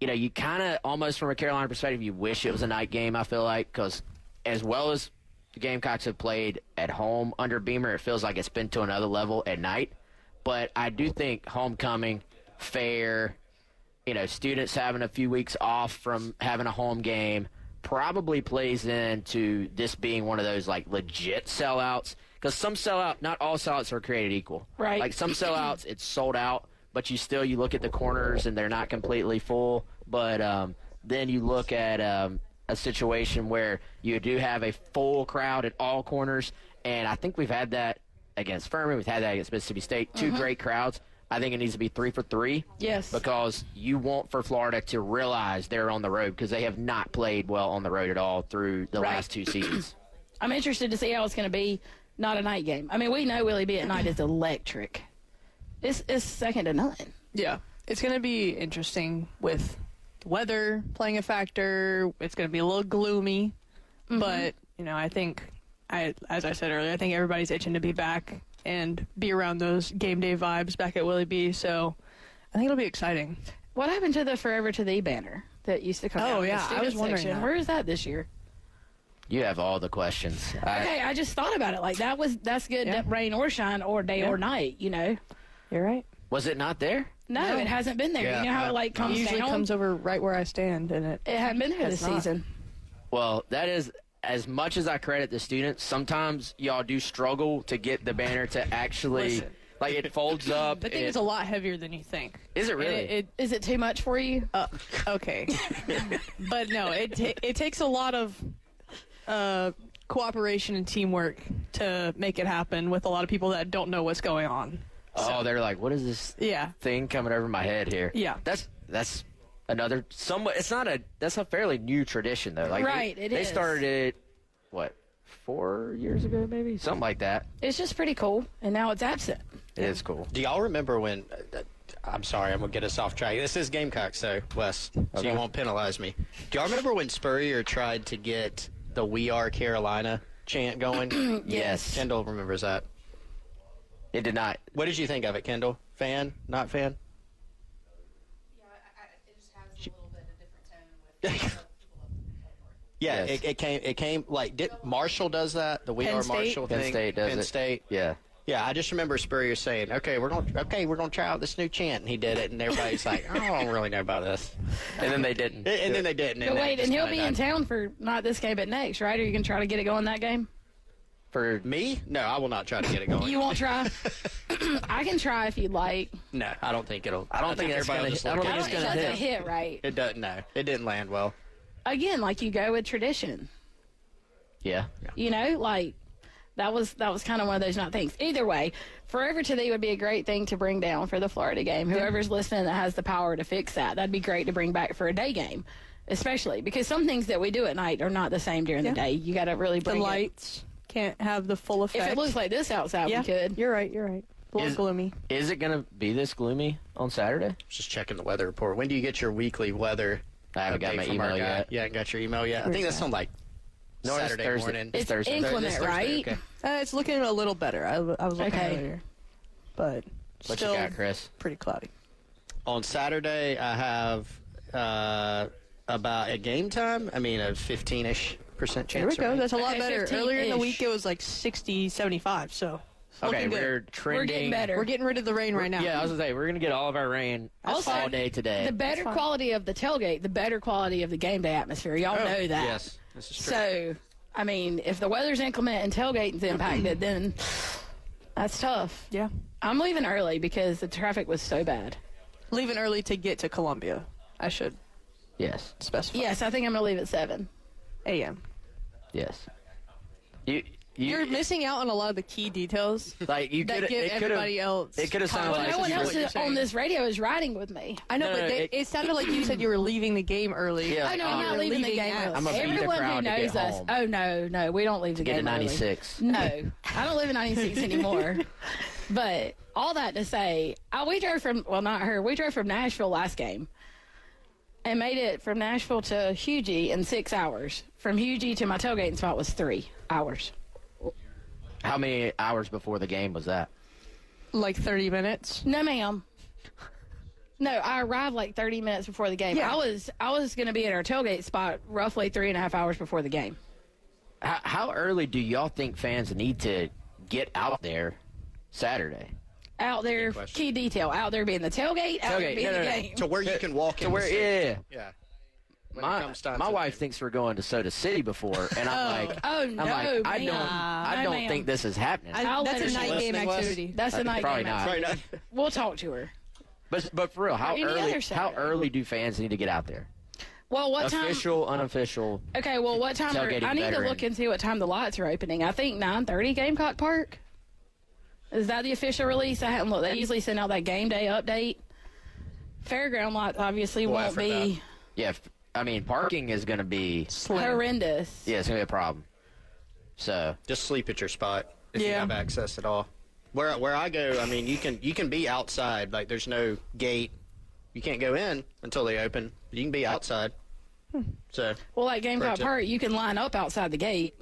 Speaker 5: you know, you kind of almost from a Carolina perspective, you wish it was a night game. I feel like because as well as the Gamecocks have played at home under Beamer, it feels like it's been to another level at night. But I do think homecoming, fair, you know, students having a few weeks off from having a home game probably plays into this being one of those like legit sellouts. Because some sellout, not all sellouts are created equal.
Speaker 6: Right.
Speaker 5: Like some sellouts, it's sold out, but you still you look at the corners and they're not completely full. But um, then you look at um, a situation where you do have a full crowd at all corners, and I think we've had that against Furman. We've had that against Mississippi State. 2 great crowds. I think it needs to be three for three.
Speaker 6: Mm-hmm. Yes.
Speaker 5: Because you want for Florida to realize they're on the road because they have not played well on the road at all through the
Speaker 6: Right.
Speaker 5: last two seasons.
Speaker 6: I'm interested to see how it's going to be. Not a night game. I mean, we know Willie B at night is electric. It's it's second to none.
Speaker 7: Yeah. It's going to be interesting with the weather playing a factor. It's going to be a little gloomy, but you know, I think I as I said earlier, I think everybody's itching to be back and be around those game day vibes back at Willie B, so I think it'll be exciting.
Speaker 6: What happened to the Forever to Thee banner that used to come
Speaker 7: Oh,
Speaker 6: out? in the
Speaker 7: yeah, I
Speaker 6: student
Speaker 7: was wondering
Speaker 6: section?
Speaker 7: that.
Speaker 6: Where is that this year?
Speaker 5: You have all the questions. I-
Speaker 6: Okay, I just thought about it. Like that was that's good
Speaker 7: Yeah.
Speaker 6: rain or shine or day
Speaker 7: Yeah.
Speaker 6: or night, you know.
Speaker 7: You're right.
Speaker 5: was it not there?
Speaker 6: No, it hasn't been there.
Speaker 9: Yeah,
Speaker 6: you know how it like
Speaker 7: It
Speaker 6: comes
Speaker 7: usually
Speaker 6: down?
Speaker 7: comes over right where I stand and it
Speaker 6: it hasn't been there
Speaker 7: Has
Speaker 6: this
Speaker 7: not.
Speaker 6: season.
Speaker 5: Well, that is as much as I credit the students. Sometimes y'all do struggle to get the banner to actually
Speaker 7: Listen.
Speaker 5: like it folds up.
Speaker 7: the thing
Speaker 5: it-
Speaker 7: is a lot heavier than you think.
Speaker 5: Is it really?
Speaker 7: It, it,
Speaker 6: Is it too much for you?
Speaker 7: Uh, okay, but no, it ta- it takes a lot of uh, cooperation and teamwork to make it happen with a lot of people that don't know what's going on.
Speaker 5: oh, they're like, what is this
Speaker 7: Yeah,
Speaker 5: thing coming over my head here?
Speaker 7: Yeah.
Speaker 5: that's that's another somewhat. It's not a that's a fairly new tradition though. Like
Speaker 6: Right,
Speaker 5: they,
Speaker 6: it
Speaker 5: they
Speaker 6: is.
Speaker 5: started it what four years ago maybe something like that.
Speaker 6: It's just pretty cool, and now it's absent.
Speaker 5: It is cool.
Speaker 9: Do y'all remember when? Uh, I'm sorry, I'm gonna get us off track. This is Gamecock, so Wes, so you won't penalize me. Do y'all remember when Spurrier tried to get the "We Are Carolina" chant going?
Speaker 5: Yes.
Speaker 9: Kendall remembers that.
Speaker 5: It did not.
Speaker 9: What did you think of it, Kendall? Fan? Not fan?
Speaker 7: uh,
Speaker 9: Yeah,
Speaker 5: Yes.
Speaker 9: it, it came. It came like did Marshall does that the We
Speaker 7: Penn
Speaker 9: Are
Speaker 7: State?
Speaker 9: Marshall
Speaker 5: Penn
Speaker 9: thing.
Speaker 5: State does
Speaker 9: Penn
Speaker 5: it.
Speaker 9: State.
Speaker 5: Yeah.
Speaker 9: Yeah, I just remember Spurrier saying, "Okay, we're gonna okay, we're gonna try out this new chant," and he did it, and everybody's like, "I don't really know about this,"
Speaker 5: And then they didn't.
Speaker 9: and, and then they didn't.
Speaker 6: But
Speaker 9: then it
Speaker 6: wait,
Speaker 9: just
Speaker 6: and he'll
Speaker 9: kinda
Speaker 6: be in
Speaker 9: died.
Speaker 6: town for not this game, but next, right? Are you gonna try to get it going that game?
Speaker 9: for me. No, I will not try to get it going.
Speaker 6: You won't try. I can try if you'd like.
Speaker 9: no, I don't think it'll.
Speaker 5: I don't think that's
Speaker 9: everybody
Speaker 5: gonna-
Speaker 9: will just
Speaker 5: I don't
Speaker 9: look
Speaker 6: I
Speaker 5: think it's
Speaker 6: don't,
Speaker 9: at it.
Speaker 6: it
Speaker 5: gonna
Speaker 6: doesn't
Speaker 5: hit.
Speaker 6: hit right.
Speaker 9: It doesn't. No, it didn't land well.
Speaker 6: Again, like you go with tradition.
Speaker 5: Yeah.
Speaker 6: You know, like that was that was kind of one of those not things. Either way, forever to thee would be a great thing to bring down for the Florida game. Whoever's listening that has the power to fix that, that'd be great to bring back for a day game, especially because some things that we do at night are not the same during the
Speaker 7: Yeah.
Speaker 6: day. You got to really
Speaker 7: the
Speaker 6: bring it.
Speaker 7: lights can't have the full
Speaker 6: If
Speaker 7: effect.
Speaker 6: it looks like this outside,
Speaker 7: yeah,
Speaker 6: we could.
Speaker 7: you're right. You're right. A little
Speaker 5: Is-
Speaker 7: gloomy.
Speaker 5: Is it gonna be this gloomy on Saturday?
Speaker 9: Just checking the weather report. When do you get your weekly weather?
Speaker 5: I haven't got
Speaker 9: update
Speaker 5: my
Speaker 9: from our
Speaker 5: email
Speaker 9: guy?
Speaker 5: yet.
Speaker 9: You haven't got your email yet. I think that's on like
Speaker 5: No, it's
Speaker 9: Saturday
Speaker 5: Thursday.
Speaker 9: morning.
Speaker 5: It's
Speaker 6: It's
Speaker 5: Thursday.
Speaker 9: This
Speaker 6: inclement,
Speaker 9: Thursday,
Speaker 6: right?
Speaker 9: okay.
Speaker 7: Uh, it's looking a little better. I, I was looking
Speaker 6: Okay.
Speaker 7: earlier, but
Speaker 5: What
Speaker 7: still
Speaker 5: you got, Chris?
Speaker 7: pretty cloudy.
Speaker 9: On Saturday, I have uh, about at game time. I mean, a fifteen-ish percent chance.
Speaker 7: There we go.
Speaker 9: right?
Speaker 7: That's a lot
Speaker 6: Okay,
Speaker 7: better. Earlier in the
Speaker 6: 15-ish.
Speaker 7: week, it was like 60, 75. So it's
Speaker 5: Okay,
Speaker 7: looking good.
Speaker 5: we're trending.
Speaker 6: We're getting better.
Speaker 7: We're getting rid of the rain right now.
Speaker 5: Yeah, I was gonna say we're gonna get all of our rain
Speaker 6: Also,
Speaker 5: all day today.
Speaker 6: The better quality of the tailgate, the better quality of the game day atmosphere. Y'all
Speaker 5: Oh,
Speaker 6: know that.
Speaker 9: Yes, this is true.
Speaker 6: So, I mean, if the weather's inclement and tailgating's impacted, then that's tough.
Speaker 7: yeah.
Speaker 6: I'm leaving early because the traffic was so bad.
Speaker 7: leaving early to get to Columbia. I should
Speaker 5: yes,
Speaker 7: specify.
Speaker 6: Yes, I think I'm gonna leave at seven.
Speaker 7: a.m.
Speaker 5: yes. You, you
Speaker 7: You're missing out on a lot of the key details
Speaker 5: like you
Speaker 7: that
Speaker 5: could
Speaker 7: give everybody else.
Speaker 5: it coulda sounded like
Speaker 6: No
Speaker 7: context to
Speaker 6: one
Speaker 5: you
Speaker 7: what
Speaker 6: else
Speaker 7: you're
Speaker 6: is on
Speaker 7: saying.
Speaker 6: this radio is riding with me.
Speaker 7: I know,
Speaker 5: No,
Speaker 7: but
Speaker 5: no,
Speaker 7: they,
Speaker 5: it-
Speaker 7: it, sounded like you said you were leaving the game early.
Speaker 5: Yeah,
Speaker 6: Oh no,
Speaker 5: like,
Speaker 6: I'm
Speaker 5: oh,
Speaker 6: not leaving the game.
Speaker 7: at-
Speaker 6: early.
Speaker 5: I'ma beat the
Speaker 6: Everyone who
Speaker 5: crowd to get
Speaker 6: knows us.
Speaker 5: home.
Speaker 6: Oh no, no, we don't leave the
Speaker 5: Get
Speaker 6: game.
Speaker 5: to
Speaker 6: early.
Speaker 5: 96.
Speaker 6: No, I don't live in 96 anymore. But all that to say, I, we drove from well, not her. We drove from Nashville last game, and made it from Nashville to Hugie in six hours. From Hugie to my tailgating spot was three hours.
Speaker 5: how many hours before the game was that?
Speaker 7: Like 30 minutes.
Speaker 6: No, ma'am. No, I arrived like 30 minutes before the game.
Speaker 7: Yeah.
Speaker 6: I was I was going to be at our tailgate spot roughly three and a half hours before the game.
Speaker 5: How, how early do y'all think fans need to get out there Saturday?
Speaker 6: Out there, key detail. Out there being the tailgate. Out there
Speaker 5: Tailgate,
Speaker 6: being
Speaker 5: no,
Speaker 6: the
Speaker 5: no, no.
Speaker 6: game.
Speaker 9: to where you can walk in.
Speaker 5: To where?
Speaker 9: the city.
Speaker 5: Yeah,
Speaker 9: yeah.
Speaker 8: when it
Speaker 5: My,
Speaker 8: comes time
Speaker 5: my
Speaker 8: to-
Speaker 5: wife thinks we're going to Soda City before, and I'm
Speaker 7: Oh.
Speaker 5: like,
Speaker 6: Oh
Speaker 5: I'm
Speaker 6: no,
Speaker 5: like, I
Speaker 6: ma'am.
Speaker 5: don't, I
Speaker 6: No,
Speaker 5: don't
Speaker 6: ma'am.
Speaker 5: think this is happening.
Speaker 7: I-
Speaker 6: I'll
Speaker 7: that's
Speaker 6: let
Speaker 7: a
Speaker 6: her
Speaker 7: night
Speaker 6: know.
Speaker 7: game
Speaker 8: Listening was-
Speaker 7: activity.
Speaker 6: That's the night
Speaker 5: Uh, probably
Speaker 6: game.
Speaker 5: not.
Speaker 8: Right uh, now.
Speaker 6: We'll talk to her.
Speaker 5: but but for real, how
Speaker 6: any
Speaker 5: early?
Speaker 6: other
Speaker 5: How
Speaker 6: Saturday.
Speaker 5: early do fans need to get out there?
Speaker 6: Well, what time?
Speaker 5: Official, unofficial.
Speaker 6: Okay, well, what time? Are,
Speaker 5: Tailgating
Speaker 6: I need to
Speaker 5: veteran.
Speaker 6: look and see what time the lights are opening. I think nine thirty Gamecock Park. Is that the official release? I haven't looked. They usually send out that game day update. Fairground lights obviously
Speaker 5: Oh,
Speaker 8: Well,
Speaker 6: won't
Speaker 8: after
Speaker 6: be
Speaker 5: Yeah, f- I mean, parking is going to be
Speaker 6: horrendous.
Speaker 5: yeah, it's going to be a problem. So
Speaker 8: Just sleep at your spot if you
Speaker 7: Yeah.
Speaker 8: have access at all. Where where I go, I mean, you can you can be outside. Like there's no gate. You can't go in until they open. You can be outside.
Speaker 7: Hmm.
Speaker 8: So
Speaker 6: Well, at Gamecock
Speaker 8: Correct.
Speaker 6: Park, you can line up outside the gate.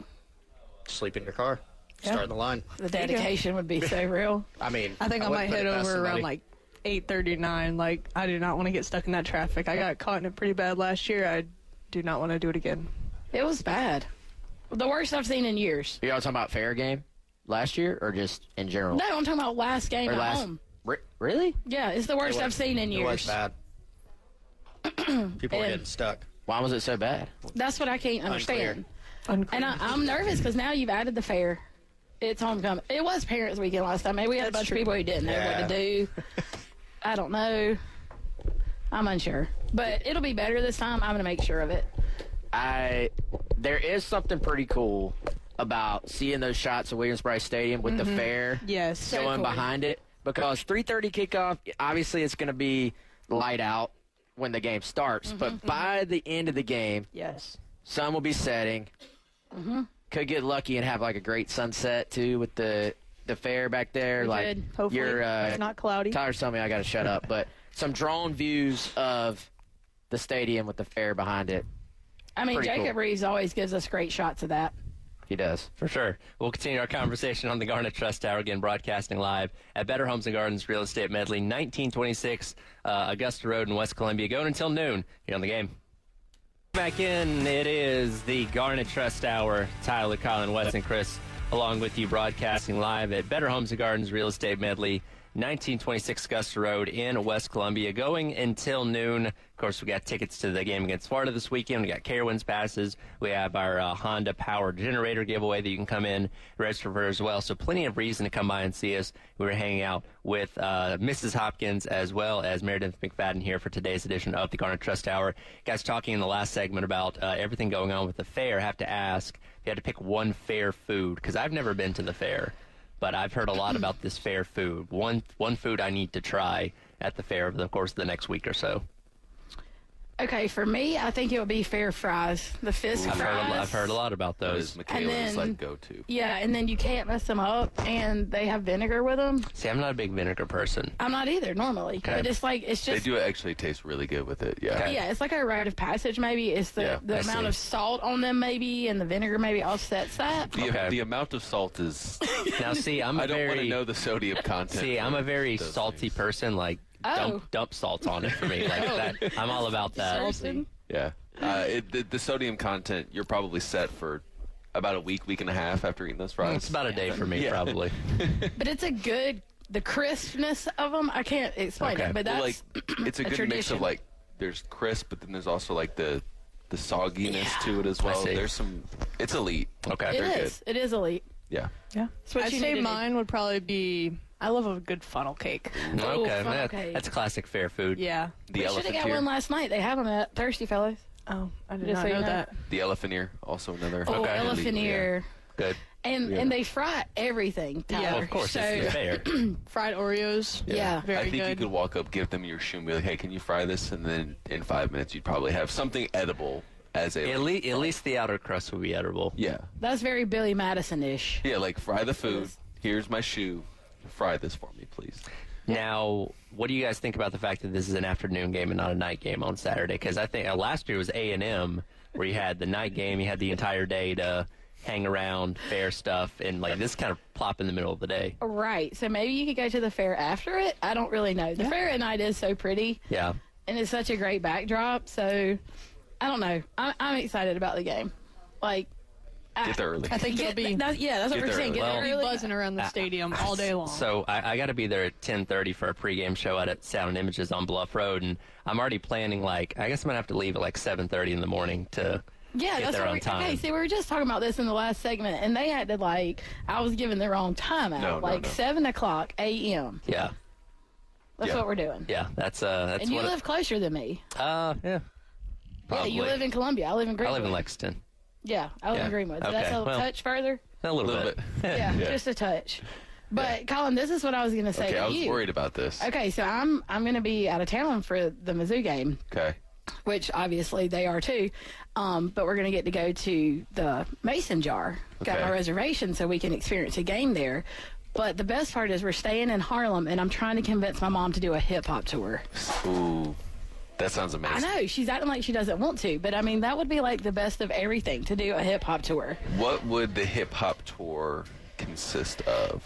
Speaker 8: sleep in your car. Start in the line.
Speaker 6: The dedication would be so real.
Speaker 8: I mean,
Speaker 7: I think I,
Speaker 8: wouldn't
Speaker 7: might
Speaker 8: put
Speaker 7: head
Speaker 8: it past
Speaker 7: over around
Speaker 8: somebody.
Speaker 7: like 8:39. Like I do not want to get stuck in that traffic. I got caught in it pretty bad last year. I do not want to do it again.
Speaker 6: It was bad. The worst I've seen in years.
Speaker 5: Are y'all talking about fair game last year or just in general?
Speaker 6: No, I'm talking about last game
Speaker 5: or
Speaker 6: at
Speaker 5: last?
Speaker 6: home.
Speaker 5: Re- really?
Speaker 6: Yeah, it's the worst
Speaker 8: was-
Speaker 6: I've seen in
Speaker 8: It was
Speaker 6: years.
Speaker 8: bad. People were
Speaker 6: And-
Speaker 8: getting stuck.
Speaker 5: Why was it so bad?
Speaker 6: That's what I can't understand.
Speaker 7: Unclear.
Speaker 6: And I, I'm nervous because now you've added the fair. It's homecoming. It was Parents Weekend last time. Maybe we had a
Speaker 7: That's
Speaker 6: bunch
Speaker 7: true.
Speaker 6: of people who didn't know what to do. I don't know. I'm unsure, but it'll be better this time. I'm gonna make sure of it.
Speaker 5: I there is something pretty cool about seeing those shots of Williams Bryce Stadium with the fair
Speaker 7: yes.
Speaker 6: Mm-hmm. So
Speaker 5: going
Speaker 6: cool.
Speaker 5: behind it because 3:30 kickoff. Obviously, it's going to be light out when the game starts, but
Speaker 6: Mm-hmm.
Speaker 5: by the end of the game,
Speaker 7: yes.
Speaker 5: sun will be setting.
Speaker 6: Mm-hmm.
Speaker 5: Could get lucky and have like a great sunset too with the the fair back there.
Speaker 6: We
Speaker 5: like
Speaker 6: could.
Speaker 7: Hopefully,
Speaker 5: your uh,
Speaker 7: it's not cloudy.
Speaker 5: Tyler's telling me I got to shut up, but some drone views of the stadium with the fair behind it.
Speaker 6: I mean,
Speaker 5: Pretty
Speaker 6: Jacob
Speaker 5: cool.
Speaker 6: Reeves always gives us great shots of that.
Speaker 5: He does.
Speaker 4: For sure. We'll continue our conversation on the Garnet Trust Tower, again, broadcasting live at Better Homes and Gardens Real Estate Medley, 1926 uh, Augusta Road in West Columbia, going until noon here on the game. Back in, it is the Garnet Trust Hour. Tyler, Colin, Wes, and Chris, along with you, broadcasting live at Better Homes and Gardens Real Estate Medley, 1926 Augusta Road in West Columbia, going until noon. Of course, we got tickets to the game against Florida this weekend. We got Carowinds passes. We have our uh, Honda Power Generator giveaway that you can come in register for as well. So plenty of reason to come by and see us. We were hanging out with uh, Mrs. Hopkins as well as Meredith McFadden here for today's edition of the Garner Trust Hour. Guys, talking in the last segment about uh, everything going on with the fair, I have to ask if you had to pick one fair food because I've never been to the fair, but I've heard a lot about this fair food. One one food I need to try at the fair over the course of the next week or so.
Speaker 6: Okay, for me, I think it would be fair fries, the fist
Speaker 4: I've heard,
Speaker 6: fries.
Speaker 4: a, I've heard a lot about those.
Speaker 6: And then-
Speaker 9: Michaela's like go to.
Speaker 6: Yeah, and then you can't mess them up, and they have vinegar with them.
Speaker 4: See, I'm not a big vinegar person.
Speaker 6: I'm not either normally, but it's like it's
Speaker 9: They
Speaker 6: just
Speaker 9: do actually taste really good with it. Yeah.
Speaker 6: Yeah, it's like a rite of passage. Maybe it's the,
Speaker 9: Yeah,
Speaker 6: the
Speaker 9: I
Speaker 6: amount
Speaker 4: see.
Speaker 6: of salt on them, maybe, and the vinegar maybe offsets that.
Speaker 9: The,
Speaker 4: Okay.
Speaker 9: the amount of salt is.
Speaker 4: Now, see, I'm a
Speaker 9: I don't
Speaker 4: very
Speaker 9: want to know the sodium content.
Speaker 4: See, I'm a
Speaker 9: from
Speaker 4: very
Speaker 9: those
Speaker 4: salty
Speaker 9: things.
Speaker 4: person. Like
Speaker 6: Oh.
Speaker 4: dump dump salt on it for me. Like that, I'm all about that.
Speaker 6: Person.
Speaker 9: Yeah. Uh, it, the, the sodium content, you're probably set for about a week, week and a half after eating those fries.
Speaker 4: It's about a day for me,
Speaker 9: Yeah.
Speaker 4: probably.
Speaker 6: But it's a good the crispness of them. I can't explain
Speaker 4: Okay.
Speaker 6: it, but that's
Speaker 9: Well, like it's a,
Speaker 6: a
Speaker 9: good mix
Speaker 6: tradition.
Speaker 9: of like there's crisp, but then there's also like the the sogginess to it as well.
Speaker 4: see.
Speaker 9: There's some. It's elite.
Speaker 4: Okay.
Speaker 6: it
Speaker 9: they're
Speaker 6: is. It is elite.
Speaker 9: Yeah.
Speaker 7: Yeah.
Speaker 6: what
Speaker 7: I'd
Speaker 6: you
Speaker 7: say
Speaker 6: need to do.
Speaker 7: mine would probably be. I love a good funnel cake.
Speaker 6: Oh,
Speaker 4: okay.
Speaker 6: funnel
Speaker 4: that-
Speaker 6: cake.
Speaker 4: that's classic fair food.
Speaker 7: Yeah.
Speaker 9: The
Speaker 6: Should have
Speaker 9: elephant
Speaker 6: got
Speaker 9: ear.
Speaker 6: one last night. They have them at Thirsty Fellows.
Speaker 7: Oh, I did
Speaker 6: Just
Speaker 7: not
Speaker 6: so you
Speaker 7: know
Speaker 6: know.
Speaker 7: that.
Speaker 9: the elephant ear, also another.
Speaker 6: Oh,
Speaker 9: elite,
Speaker 6: elephant
Speaker 9: yeah.
Speaker 6: ear.
Speaker 4: Good.
Speaker 6: And and they fry everything. Tyler.
Speaker 7: Yeah.
Speaker 4: Well, of course,
Speaker 6: So,
Speaker 4: it's fair.
Speaker 6: yeah.
Speaker 7: Fried Oreos. Very
Speaker 9: I think
Speaker 7: good.
Speaker 9: you could walk up, give them your shoe, and be like, "Hey, can you fry this?" And then in five minutes, you'd probably have something edible as a.
Speaker 4: At, le- at least the outer crust would be edible.
Speaker 9: yeah,
Speaker 6: that's very Billy Madison ish.
Speaker 9: yeah, like fry the food. Here's my shoe. Fry this for me, please.
Speaker 4: Now, what do you guys think about the fact that this is an afternoon game and not a night game on Saturday? Because I think uh, last year was A and M, where you had the night game, you had the entire day to hang around, fair stuff, and like this kind of plop in the middle of the day.
Speaker 6: Right. So maybe you could go to the fair after it. I don't really know. The fair at night is so pretty.
Speaker 4: Yeah.
Speaker 6: and it's such a great backdrop. So I don't know. I'm, I'm excited about the game. Like
Speaker 9: Get there early.
Speaker 7: I think it'll be
Speaker 6: That- yeah, that's what
Speaker 9: Get
Speaker 6: we're
Speaker 9: there
Speaker 6: saying. Get
Speaker 4: early.
Speaker 6: there
Speaker 4: Well-
Speaker 7: be
Speaker 6: early.
Speaker 7: buzzing around the stadium all day long.
Speaker 4: So I, I got to be there at 10:30 for a pregame show out at Sound and Images on Bluff Road, and I'm already planning. Like, I guess I'm gonna have to leave at like 7:30 in the morning to
Speaker 6: Yeah,
Speaker 4: get
Speaker 6: that's
Speaker 4: there
Speaker 6: what
Speaker 4: on
Speaker 6: we,
Speaker 4: time.
Speaker 6: okay. See, we were just talking about this in the last segment, and they acted like I was giving the wrong time out,
Speaker 9: No, no,
Speaker 6: like
Speaker 9: no.
Speaker 6: seven o'clock a.m.
Speaker 4: yeah,
Speaker 6: That's
Speaker 9: Yeah.
Speaker 6: what we're doing.
Speaker 4: yeah, that's uh, that's
Speaker 6: and you
Speaker 4: what.
Speaker 6: live closer than me.
Speaker 4: uh, yeah. Probably.
Speaker 6: Yeah, you live in Columbia. I live in
Speaker 4: I
Speaker 6: Greenwood.
Speaker 4: live in Lexington.
Speaker 6: Yeah, I live
Speaker 4: Yeah.
Speaker 6: in Greenwood. So
Speaker 4: Okay,
Speaker 6: That's a
Speaker 4: well.
Speaker 6: touch further.
Speaker 4: A little,
Speaker 9: Little
Speaker 4: bit.
Speaker 6: Yeah, just a touch. But Colin, this is what I was going to say
Speaker 9: Okay,
Speaker 6: to
Speaker 9: I was
Speaker 6: you.
Speaker 9: worried about this.
Speaker 6: Okay, so I'm I'm going to be out of town for the Mizzou game,
Speaker 9: Okay.
Speaker 6: which obviously they are too. Um, but we're going to get to go to the Mason Jar. Got
Speaker 9: Okay.
Speaker 6: my reservation so we can experience a game there. But the best part is we're staying in Harlem, and I'm trying to convince my mom to do a hip hop tour.
Speaker 9: Ooh, that sounds
Speaker 6: I
Speaker 9: amazing.
Speaker 6: know she's acting like she doesn't want to, but I mean that would be like the best of everything to do a hip hop tour.
Speaker 9: What would the hip hop tour consist of?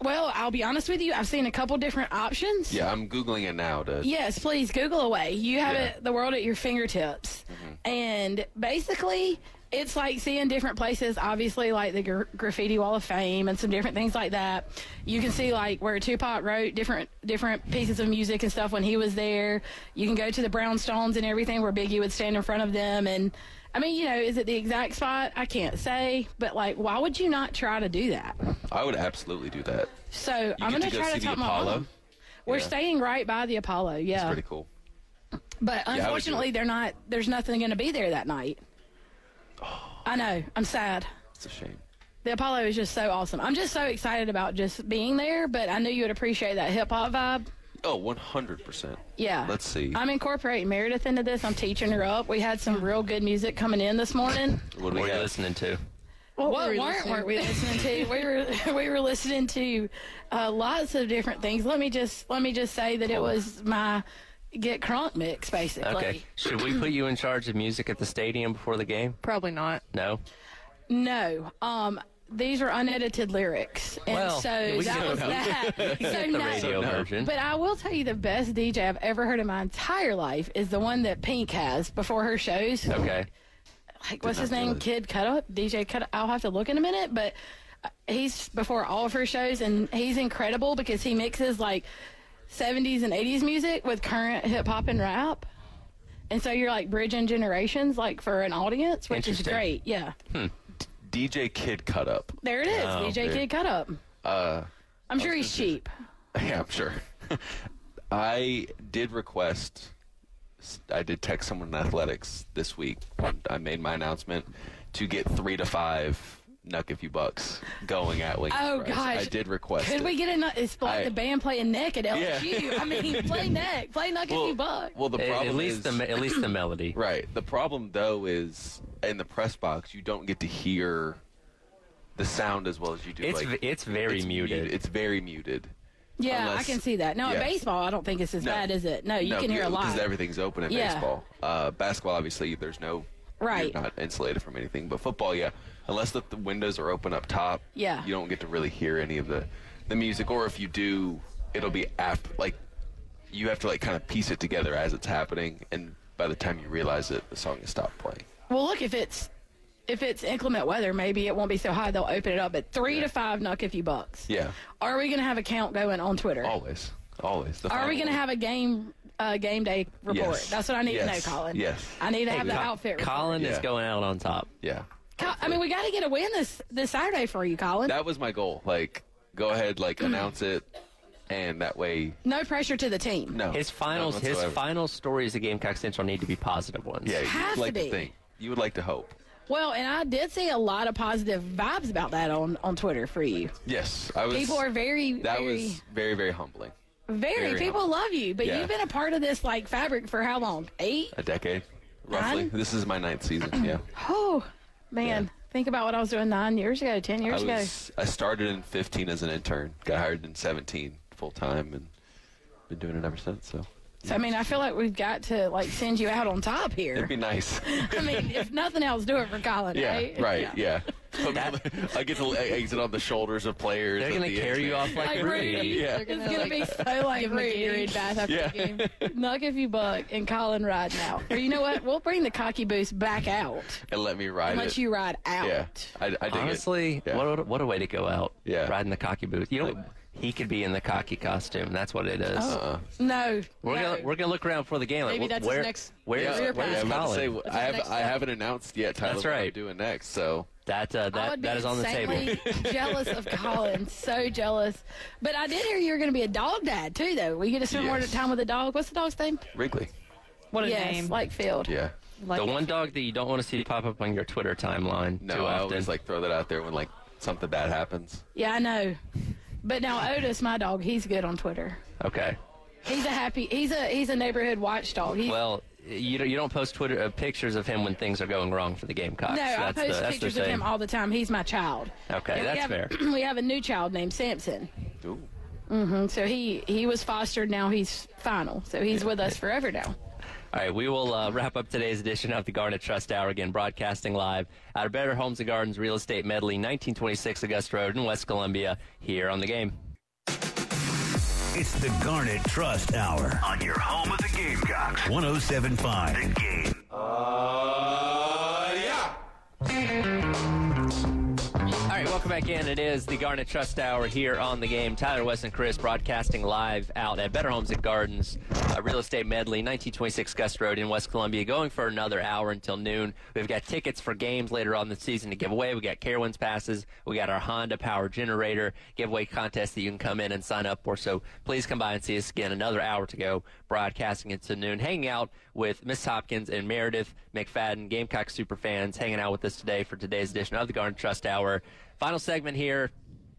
Speaker 6: Well, I'll be honest with you, I've seen a couple different options.
Speaker 9: Yeah, I'm googling it now. To
Speaker 6: Yes, please Google away. You have
Speaker 9: Yeah. Mm-hmm.
Speaker 6: it, the world at your fingertips. And basically, it's like seeing different places, obviously, like the gr- graffiti wall of fame and some different things like that. You can see like where Tupac wrote different different pieces of music and stuff when he was there. You can go to the brownstones and everything where Biggie would stand in front of them. And I mean, you know, is it the exact spot? I can't say, but like, why would you not try to do that?
Speaker 9: I would absolutely do that.
Speaker 6: So
Speaker 9: You
Speaker 6: I'm
Speaker 9: get
Speaker 6: going
Speaker 9: to
Speaker 6: to
Speaker 9: go
Speaker 6: try
Speaker 9: see
Speaker 6: to
Speaker 9: the
Speaker 6: talk my
Speaker 9: Apollo.
Speaker 6: mom. We're
Speaker 9: Yeah.
Speaker 6: staying right by the Apollo. Yeah.
Speaker 9: Pretty cool.
Speaker 6: But
Speaker 9: do it.
Speaker 6: unfortunately, they're not. There's nothing going to be there that night.
Speaker 9: Oh.
Speaker 6: I know. I'm sad.
Speaker 9: It's a shame.
Speaker 6: The Apollo is just so awesome. I'm just so excited about just being there. But I knew you would appreciate that hip hop vibe.
Speaker 9: Oh, 100%.
Speaker 6: Yeah.
Speaker 9: Let's see.
Speaker 6: I'm incorporating Meredith into this. I'm teaching her up. We had some real good music coming in this morning.
Speaker 9: What do
Speaker 4: What
Speaker 9: we
Speaker 4: are you
Speaker 9: got?
Speaker 4: listening to?
Speaker 6: What,
Speaker 7: were
Speaker 6: weren't
Speaker 7: we listening-
Speaker 6: weren't we listening to? We were we were listening to uh, lots of different things. Let me just let me just say that it was my get crunk mix basically.
Speaker 4: Okay. Should we put you in charge of music at the stadium before the game?
Speaker 7: Probably not.
Speaker 4: No.
Speaker 6: No. Um, these are unedited lyrics, and
Speaker 4: Well,
Speaker 6: so
Speaker 4: we
Speaker 6: that
Speaker 4: can-
Speaker 6: was that. so
Speaker 4: The
Speaker 6: no.
Speaker 4: radio version.
Speaker 6: But I will tell you, the best DJ I've ever heard in my entire life is the one that Pink has before her shows.
Speaker 4: okay.
Speaker 6: Like, what's his
Speaker 9: not
Speaker 6: name?
Speaker 9: realize.
Speaker 6: Kid Cut Up, DJ Cut. I'll have to look in a minute, but uh, he's before all of her shows, and he's incredible because he mixes like 70s and 80s music with current hip hop and rap. And so you're like bridging generations, like for an audience, which is
Speaker 4: Interesting.
Speaker 6: great. Yeah.
Speaker 9: DJ Kid Cut Up.
Speaker 6: There it is, DJ
Speaker 9: okay.
Speaker 6: Kid Cut Up.
Speaker 9: Oh, Uh,
Speaker 6: I'm sure he's cheap.
Speaker 9: yeah, I'm sure. I did request, I did text someone in athletics this week when I made my announcement to get three to five Nuck If You Bucks going at Wings.
Speaker 6: Oh,
Speaker 9: Fries.
Speaker 6: gosh.
Speaker 9: I did request.
Speaker 6: Could
Speaker 9: it.
Speaker 6: we get an? It's like
Speaker 9: I-
Speaker 6: the band playing neck at
Speaker 9: Yeah.
Speaker 6: LSU. I mean, play neck, play neck if
Speaker 9: well,
Speaker 6: you buck.
Speaker 9: well, the
Speaker 4: At,
Speaker 9: problem
Speaker 4: at least
Speaker 9: is,
Speaker 4: the me- at least the melody.
Speaker 9: Right. The problem though is in the press box you don't get to hear the sound as well as you do.
Speaker 4: It's
Speaker 9: like,
Speaker 4: v- it's very muted.
Speaker 9: mute- It's very muted.
Speaker 6: yeah, I
Speaker 9: unless-
Speaker 6: can see that. No, in
Speaker 9: yeah.
Speaker 6: baseball, I don't think it's as
Speaker 9: No.
Speaker 6: bad, is it? No, you
Speaker 9: No,
Speaker 6: can hear a lot.
Speaker 9: because everything's open in
Speaker 6: Yeah.
Speaker 9: baseball. Uh, basketball, obviously, there's no.
Speaker 6: Right.
Speaker 9: You're not insulated from anything, but football, yeah. Unless the, the windows are open up top,
Speaker 6: Yeah.
Speaker 9: you don't get to really hear any of the the music. Or if you do, it'll be after like you have to like kind of piece it together as it's happening, and by the time you realize it, the song has stopped playing.
Speaker 6: Well, look if it's if it's inclement weather, maybe it won't be so high. They'll open it up at three to five nuck if you bucks.
Speaker 9: Yeah. Oh,
Speaker 6: Are we gonna have a count going on Twitter?
Speaker 9: Always, always. The
Speaker 6: Are
Speaker 9: final
Speaker 6: we gonna
Speaker 9: word.
Speaker 6: have a game uh, game day report?
Speaker 9: Yes.
Speaker 6: That's what I need
Speaker 9: Yes.
Speaker 6: to know, Colin.
Speaker 9: Yes.
Speaker 6: I need to have the
Speaker 4: Col-
Speaker 6: outfit. report.
Speaker 4: Colin is
Speaker 9: Yeah.
Speaker 4: going out on top.
Speaker 9: Yeah.
Speaker 6: Col- I mean, we got to get a win this this Saturday for you, Colin.
Speaker 9: That was my goal. Like, go ahead, like, announce it, and that way,
Speaker 6: No pressure to the team.
Speaker 9: no.
Speaker 4: His finals,
Speaker 9: none
Speaker 4: his
Speaker 9: whatsoever.
Speaker 4: final stories of Gamecock Central need to be positive ones.
Speaker 9: Yeah, you
Speaker 6: Has
Speaker 9: would
Speaker 6: to
Speaker 9: like
Speaker 6: be.
Speaker 9: to think. You would like to hope.
Speaker 6: Well, and I did see a lot of positive vibes about that on, on Twitter for you.
Speaker 9: Yes, I was.
Speaker 6: People are very,
Speaker 9: That
Speaker 6: very,
Speaker 9: was very, very humbling.
Speaker 6: very,
Speaker 9: very
Speaker 6: people
Speaker 9: humble.
Speaker 6: love you. But
Speaker 9: Yeah.
Speaker 6: you've been a part of this like fabric for how long? Eight?
Speaker 9: A decade, roughly.
Speaker 6: Nine?
Speaker 9: This is my ninth season. Yeah,
Speaker 6: Oh, man. Think about what I was doing nine years ago, ten
Speaker 9: I
Speaker 6: years ago.
Speaker 9: was. I started in 15 as an intern. Got hired in 17 full time, and been doing it ever since. So
Speaker 6: So, I mean, I feel like we've got to like send you out on top
Speaker 9: it'd
Speaker 6: here.
Speaker 9: be nice.
Speaker 6: I mean, if nothing else, do it for Colin.
Speaker 9: yeah,
Speaker 6: right?
Speaker 9: right. Yeah. Put me on the- I get to exit on the shoulders of players.
Speaker 4: They're
Speaker 9: of
Speaker 4: gonna
Speaker 9: the
Speaker 4: carry you off
Speaker 9: X-Men.
Speaker 4: like Rudy.
Speaker 9: Yeah.
Speaker 7: They're
Speaker 6: It's
Speaker 7: gonna,
Speaker 6: gonna
Speaker 7: like,
Speaker 6: be so like
Speaker 7: give him a Gatorade bath after
Speaker 9: Yeah.
Speaker 7: the game.
Speaker 6: Nuck if you buck and Colin ride out. Or you know what? We'll bring the cocky boost back out
Speaker 9: and let me ride
Speaker 6: and
Speaker 9: it.
Speaker 6: let you ride out.
Speaker 9: yeah, I, I dig
Speaker 4: Honestly,
Speaker 9: it. Yeah.
Speaker 4: what, a, what a way to go out.
Speaker 9: Yeah.
Speaker 4: Riding the cocky booth. You know, he could be in the cocky costume. That's what it is.
Speaker 6: Oh,
Speaker 9: Uh,
Speaker 6: No.
Speaker 4: We're
Speaker 6: no.
Speaker 4: gonna we're gonna look around for the game. Like,
Speaker 7: Maybe
Speaker 4: wh-
Speaker 7: that's his
Speaker 4: where,
Speaker 7: next
Speaker 4: Where,
Speaker 9: Yeah,
Speaker 7: career
Speaker 9: wait,
Speaker 4: where's
Speaker 9: I'm
Speaker 7: path.
Speaker 9: about to
Speaker 4: Colin?
Speaker 9: say, I have
Speaker 7: next
Speaker 9: I
Speaker 7: step?
Speaker 9: haven't announced yet, Tyler.
Speaker 4: That's
Speaker 9: what I'm
Speaker 4: right.
Speaker 9: doing next, so
Speaker 4: that uh,
Speaker 6: I would
Speaker 4: that
Speaker 6: be
Speaker 4: that is on the table.
Speaker 6: insanely jealous of Colin. So jealous. But I did hear you were going to be a dog dad, too, though. We get to spend more
Speaker 9: Yes.
Speaker 6: time with the dog. What's the dog's name?
Speaker 9: Wrigley.
Speaker 7: What a
Speaker 6: yes,
Speaker 7: name!
Speaker 6: like Field.
Speaker 9: Yeah.
Speaker 7: Like-
Speaker 4: The one dog that you don't want to see pop up on your Twitter timeline
Speaker 9: No,
Speaker 4: too
Speaker 9: I
Speaker 4: often.
Speaker 9: always like throw that out there when like something bad happens.
Speaker 6: Yeah, I know. But now Otis, my dog, he's good on Twitter.
Speaker 4: okay.
Speaker 6: He's a happy. He's a he's a neighborhood watchdog. He,
Speaker 4: Well, you don't, you don't post Twitter uh, pictures of him when things are going wrong for the Gamecocks.
Speaker 6: no, I
Speaker 4: that's the,
Speaker 6: post
Speaker 4: that's
Speaker 6: pictures
Speaker 4: the
Speaker 6: of
Speaker 4: thing.
Speaker 6: him all the time. He's my child.
Speaker 4: Okay,
Speaker 6: And
Speaker 4: that's
Speaker 6: we have,
Speaker 4: fair.
Speaker 6: We have a new child named Samson.
Speaker 9: Ooh.
Speaker 6: And so he he was fostered. Now he's final. So he's with us forever now.
Speaker 4: All right, we will uh, wrap up today's edition of the Garnet Trust Hour again, broadcasting live out of Better Homes and Gardens Real Estate Medley, 1926 Augusta Road in West Columbia, here on the game.
Speaker 2: It's the Garnet Trust Hour.
Speaker 3: On your home of the Gamecocks.
Speaker 2: 1075.
Speaker 3: Game.
Speaker 4: All right, welcome back in. It is the Garnet Trust Hour here on the game. Tyler West and Chris broadcasting live out at Better Homes and Gardens, uh, Real Estate Medley, 1926 Gust Road in West Columbia, going for another hour until noon. We've got tickets for games later on this season to give away. We got Carowinds passes. We got our Honda Power Generator giveaway contest that you can come in and sign up for. So please come by and see us again. Another hour to go, broadcasting until noon. Hanging out with Miss Hopkins and Meredith McFadden, Gamecock super fans, hanging out with us today for today's edition of the Garnet Trust Hour. Final segment here.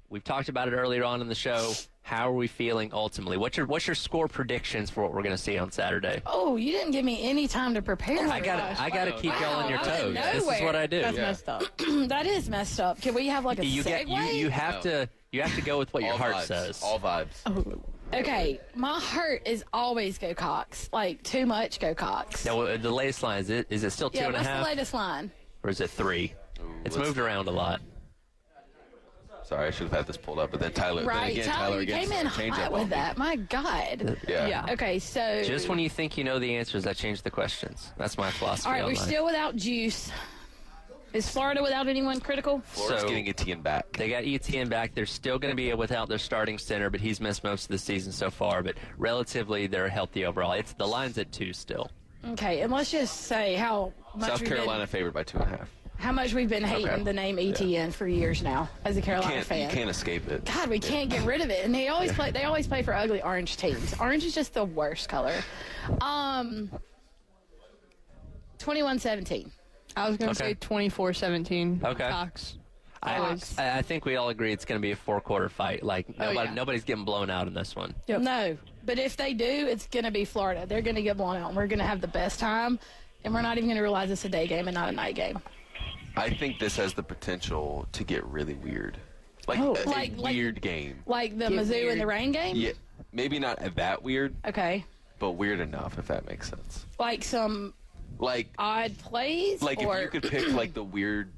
Speaker 4: We've talked about it earlier on in the show. How are we feeling ultimately? What's your what's your score predictions for what we're going to see on Saturday?
Speaker 6: Oh, you didn't give me any time to prepare.
Speaker 4: Oh, I got to I got to keep y'all on your
Speaker 6: Wow, out
Speaker 4: toes.
Speaker 6: of
Speaker 4: This is what I do.
Speaker 7: That's messed up.
Speaker 6: that is messed up. Can we have like a
Speaker 4: You get
Speaker 6: segue?
Speaker 4: you, you have to you have to go with what your
Speaker 9: All
Speaker 4: heart
Speaker 9: vibes.
Speaker 4: says.
Speaker 9: All vibes.
Speaker 6: Oh. okay, my heart is always go Cox. Like too much go Cox.
Speaker 4: Now, uh, the latest line is it, is it still two
Speaker 6: yeah,
Speaker 4: and a half,
Speaker 6: what's the latest line?
Speaker 4: or is it three? it's moved around a lot.
Speaker 9: Sorry, I should have had this pulled up, but then Tyler. Then
Speaker 6: Right,
Speaker 9: again,
Speaker 6: Tyler, you
Speaker 9: again
Speaker 6: came in
Speaker 9: started changing
Speaker 6: hot
Speaker 9: up on
Speaker 6: with
Speaker 9: me.
Speaker 6: that. My God.
Speaker 9: Yeah.
Speaker 7: Yeah.
Speaker 6: Okay, so
Speaker 4: Just when you think you know the answers, I change the questions. That's my philosophy.
Speaker 6: all right,
Speaker 4: on
Speaker 6: we're
Speaker 4: life.
Speaker 6: still without juice. Is Florida without anyone critical?
Speaker 9: Florida's
Speaker 4: So-
Speaker 9: getting Etienne back.
Speaker 4: They got ETN back. They're still going to be without their starting center, but he's missed most of the season so far. But relatively, they're healthy overall. It's the line's at two still.
Speaker 6: Okay, and let's just say how much
Speaker 9: South
Speaker 6: we've
Speaker 9: Carolina
Speaker 6: been,
Speaker 9: favored by two and a half.
Speaker 6: how much we've been hating
Speaker 9: Okay.
Speaker 6: the name ETN for years now as a Carolina
Speaker 9: Can't,
Speaker 6: fan.
Speaker 9: you can't escape it.
Speaker 6: God, we can't get rid of it. And they always play. They always play for ugly orange teams. Orange is just the worst color. Um, twenty-one seventeen.
Speaker 7: I was gonna
Speaker 4: Okay.
Speaker 7: say 24-17.
Speaker 4: Okay.
Speaker 7: Cox.
Speaker 4: I,
Speaker 7: Always.
Speaker 4: I I think we all agree it's going to be a four quarter fight.
Speaker 6: Oh,
Speaker 4: Like nobody,
Speaker 7: yeah.
Speaker 4: nobody's getting blown out in this one.
Speaker 7: Yep.
Speaker 6: No, but if they do, it's gonna be Florida. They're gonna get blown out, and we're gonna have the best time. And we're not even gonna realize it's a day game and not a night game.
Speaker 9: I think this has the potential to get really weird. Like a, a
Speaker 6: Oh, Like- like-
Speaker 9: weird game.
Speaker 6: Like the Mizzou and the Rain game.
Speaker 9: Yeah, maybe not that weird,
Speaker 6: Okay.
Speaker 9: but weird enough if that makes sense.
Speaker 6: Like some
Speaker 9: Like
Speaker 6: odd plays.
Speaker 9: like
Speaker 6: Uh, or
Speaker 9: if you could pick like the weird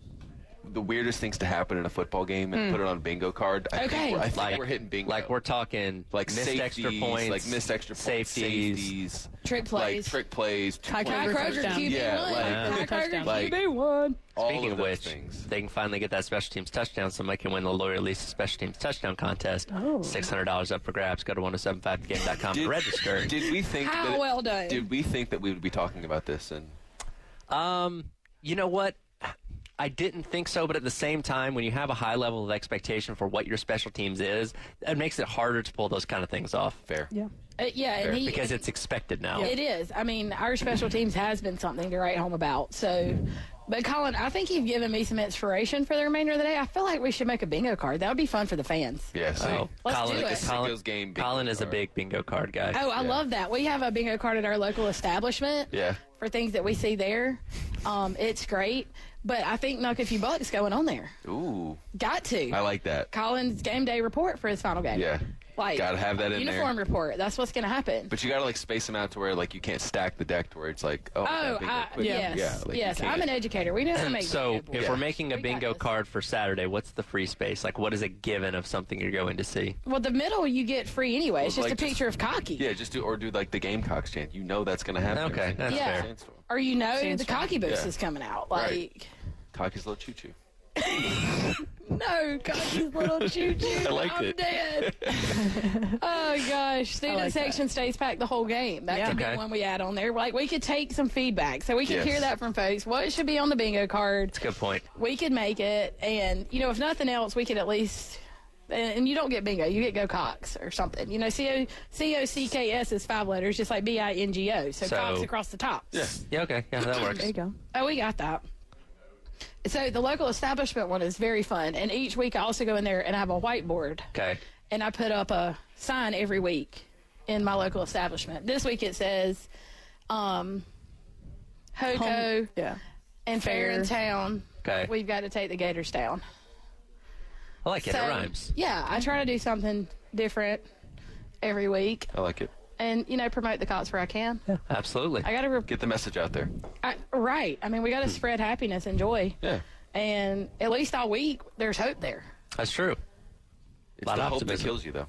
Speaker 9: the weirdest things to happen in a football game and put it on a bingo card. I
Speaker 6: Hmm. Okay.
Speaker 9: think we're, I think
Speaker 4: Like
Speaker 9: we're hitting bingo.
Speaker 4: Like we're talking
Speaker 9: like
Speaker 4: missed
Speaker 9: safeties,
Speaker 4: extra points,
Speaker 9: like missed extra points,
Speaker 4: safeties.
Speaker 9: safeties,
Speaker 6: Trick
Speaker 9: like
Speaker 6: plays.
Speaker 9: trick plays, two
Speaker 7: Ty
Speaker 9: point
Speaker 6: Kai
Speaker 7: Kroger
Speaker 6: Kroger
Speaker 7: touchdown.
Speaker 6: QB
Speaker 9: Yeah,
Speaker 6: one.
Speaker 9: like-
Speaker 6: Kai Kroger
Speaker 9: Like-
Speaker 6: QB one.
Speaker 9: all
Speaker 4: Speaking
Speaker 9: of,
Speaker 4: of,
Speaker 9: those
Speaker 4: which,
Speaker 9: things.
Speaker 4: they can finally get that special teams touchdown. Somebody can win the Lawyer Lisa special teams touchdown contest.
Speaker 6: Oh.
Speaker 4: Six hundred dollars up for grabs. Go to one zero seven five game.com and register.
Speaker 9: Did we think
Speaker 6: How
Speaker 9: that it-
Speaker 6: well done.
Speaker 9: Did we think that we would be talking about this and
Speaker 4: You know what? I didn't think so, but at the same time, when you have a high level of expectation for what your special teams is, that makes it harder to pull those kind of things off
Speaker 9: fair?
Speaker 6: Uh, yeah, and he,
Speaker 4: because it's expected now.
Speaker 6: It is. I mean, our special teams has been something to write home about. So, but Colin, I think you've given me some inspiration for the remainder of the day. I feel like we should make a bingo card. That would be fun for the fans.
Speaker 9: Yeah, see?
Speaker 4: Oh,
Speaker 6: Let's
Speaker 4: Colin,
Speaker 6: do it.
Speaker 4: Colin,
Speaker 9: Sicko's game bingo
Speaker 4: Colin is a
Speaker 9: card.
Speaker 4: big bingo card guy.
Speaker 6: Oh, I love that. We have a bingo card at our local establishment.
Speaker 9: Yeah.
Speaker 6: For things that we see there, um, it's great. But I think Nuck If You Buck's going on there.
Speaker 9: Ooh,
Speaker 6: Got to.
Speaker 9: I like that.
Speaker 6: Colin's game day report for his final game.
Speaker 9: Yeah.
Speaker 6: Like
Speaker 9: Gotta have that in there.
Speaker 6: uniform report. That's what's going to happen.
Speaker 9: But you gotta like space them out to where like you can't stack the deck to where it's like oh,
Speaker 6: oh,
Speaker 9: that big
Speaker 6: I,
Speaker 9: one quick.
Speaker 6: yes,
Speaker 9: yeah, like, you
Speaker 6: yes.
Speaker 9: can't-
Speaker 6: I'm an educator. We know how to make.
Speaker 4: So
Speaker 6: bingo
Speaker 4: if
Speaker 6: boards.
Speaker 4: we're making a
Speaker 6: We got
Speaker 4: bingo
Speaker 6: this.
Speaker 4: card for Saturday, what's the free space? Like, what is it given of something you're going to see?
Speaker 6: well, the middle you get free anyway. It's
Speaker 9: Well,
Speaker 6: just a
Speaker 9: like,
Speaker 6: picture of cocky.
Speaker 9: yeah, just do or do like the Gamecocks chant. You know that's gonna happen.
Speaker 4: Okay, that's
Speaker 6: Yeah.
Speaker 4: fair.
Speaker 6: Or you know the
Speaker 7: Sandstorm.
Speaker 6: cocky boost
Speaker 9: Yeah.
Speaker 6: is coming out. Like
Speaker 9: Right. Cocky's little choo choo.
Speaker 6: no cocky's little choo choo.
Speaker 9: I liked
Speaker 6: I'm
Speaker 9: it.
Speaker 6: dead. oh gosh, student
Speaker 7: like that.
Speaker 6: section stays packed the whole game. That
Speaker 7: Yeah.
Speaker 6: could
Speaker 4: Okay.
Speaker 6: be one we add on there. Like we could take some feedback, so we could
Speaker 9: Yes.
Speaker 6: hear that from folks. What should be on the bingo card?
Speaker 4: Good point.
Speaker 6: we could make it and you know if nothing else we could at least and, and you don't get bingo you get go cox or something you know C-O- c-o-c-k-s is five letters just like b-i-n-g-o so,
Speaker 4: So-
Speaker 6: cox across the top
Speaker 4: Yeah, okay. Yeah, that works.
Speaker 7: There you go.
Speaker 6: oh we got that so the local establishment one is very fun and each week i also go in there and i have a whiteboard
Speaker 4: Okay.
Speaker 6: and I put up a sign every week in my local establishment. This week it says, um, Hoco
Speaker 7: Home- yeah.
Speaker 6: and Fair in town.
Speaker 4: Okay.
Speaker 6: We've got to take the Gators down.
Speaker 4: I like it.
Speaker 6: So,
Speaker 4: it rhymes.
Speaker 6: Yeah, I try to do something different every week,
Speaker 9: I like it.
Speaker 6: and you know, promote the cops where I can.
Speaker 4: Absolutely.
Speaker 6: I got to re-
Speaker 9: Get the message out there.
Speaker 6: I, right. I mean, we
Speaker 9: Hmm.
Speaker 6: got to spread happiness and joy,
Speaker 9: Yeah,
Speaker 6: and at least all week there's hope there.
Speaker 4: That's true.
Speaker 9: it's
Speaker 4: Lot
Speaker 9: the
Speaker 4: of
Speaker 9: hope that
Speaker 4: optimism.
Speaker 9: kills you though.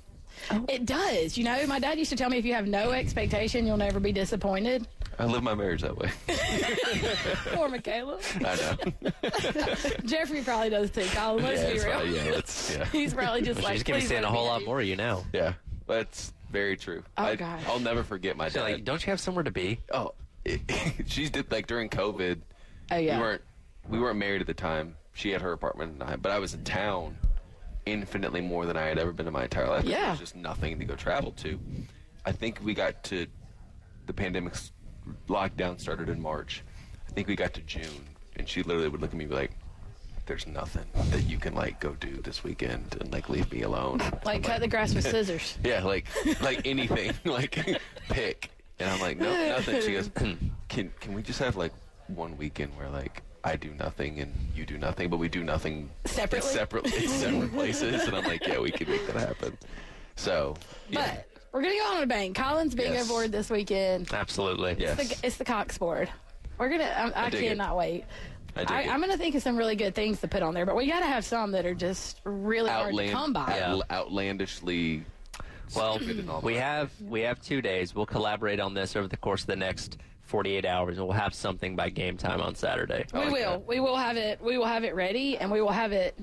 Speaker 6: It does. You know, my dad used to tell me if you have no expectation, you'll never be disappointed.
Speaker 9: I live my marriage that way.
Speaker 6: Poor Michaela.
Speaker 9: I know.
Speaker 6: Jeffrey probably does too. Colin, let's
Speaker 9: yeah,
Speaker 6: be
Speaker 9: it's
Speaker 6: real.
Speaker 9: probably, yeah, that's yeah.
Speaker 6: He's probably just like.
Speaker 4: She's gonna be
Speaker 6: "Please
Speaker 4: saying
Speaker 6: let
Speaker 4: a
Speaker 6: it
Speaker 4: whole
Speaker 6: be
Speaker 4: lot
Speaker 6: you."
Speaker 4: more, you know.
Speaker 9: Yeah, that's very true.
Speaker 6: Oh,
Speaker 9: I,
Speaker 6: gosh.
Speaker 9: I'll never forget my
Speaker 4: So,
Speaker 9: dad.
Speaker 4: like, don't you have somewhere to be?
Speaker 9: oh, it, she did like during COVID.
Speaker 6: Oh yeah.
Speaker 9: We weren't we weren't married at the time. She had her apartment, and I, but I was in town infinitely more than I had ever been in my entire life. There
Speaker 6: Yeah.
Speaker 9: was just nothing to go travel to. I think we got to the pandemic's lockdown started in March. I think we got to June, and she literally would look at me and be like. There's nothing that you can like go do this weekend and like leave me alone.
Speaker 6: like cut the grass with scissors.
Speaker 9: Yeah, like like anything, like pick. And I'm like, no, nothing. She goes, "Hmm, can can we just have like one weekend where like I do nothing and you do nothing, but we do nothing in
Speaker 6: Separately?
Speaker 9: separate in separate places. And I'm like, yeah, we can make that happen. So, yeah,
Speaker 6: But we're gonna go on a bang. Colin's bingo
Speaker 9: Yes.
Speaker 6: board this weekend.
Speaker 4: Absolutely.
Speaker 9: yes,
Speaker 6: It's the, it's the Cox board. We're gonna. um, I, I,
Speaker 9: I dig it.
Speaker 6: cannot wait.
Speaker 9: I dig
Speaker 6: I,
Speaker 9: it.
Speaker 6: I'm gonna think of some really good things to put on there, but we gotta have some that are just really hard to
Speaker 9: Outland-
Speaker 6: come by.
Speaker 4: Yeah.
Speaker 9: out- outlandishly.
Speaker 4: Well,
Speaker 9: stupid and all
Speaker 4: we
Speaker 9: that.
Speaker 4: have we have two days. We'll collaborate on this over the course of the next 48 hours, and we'll have something by game time on Saturday.
Speaker 9: Oh.
Speaker 6: We will. We will have it. We will have it ready, and we will have it.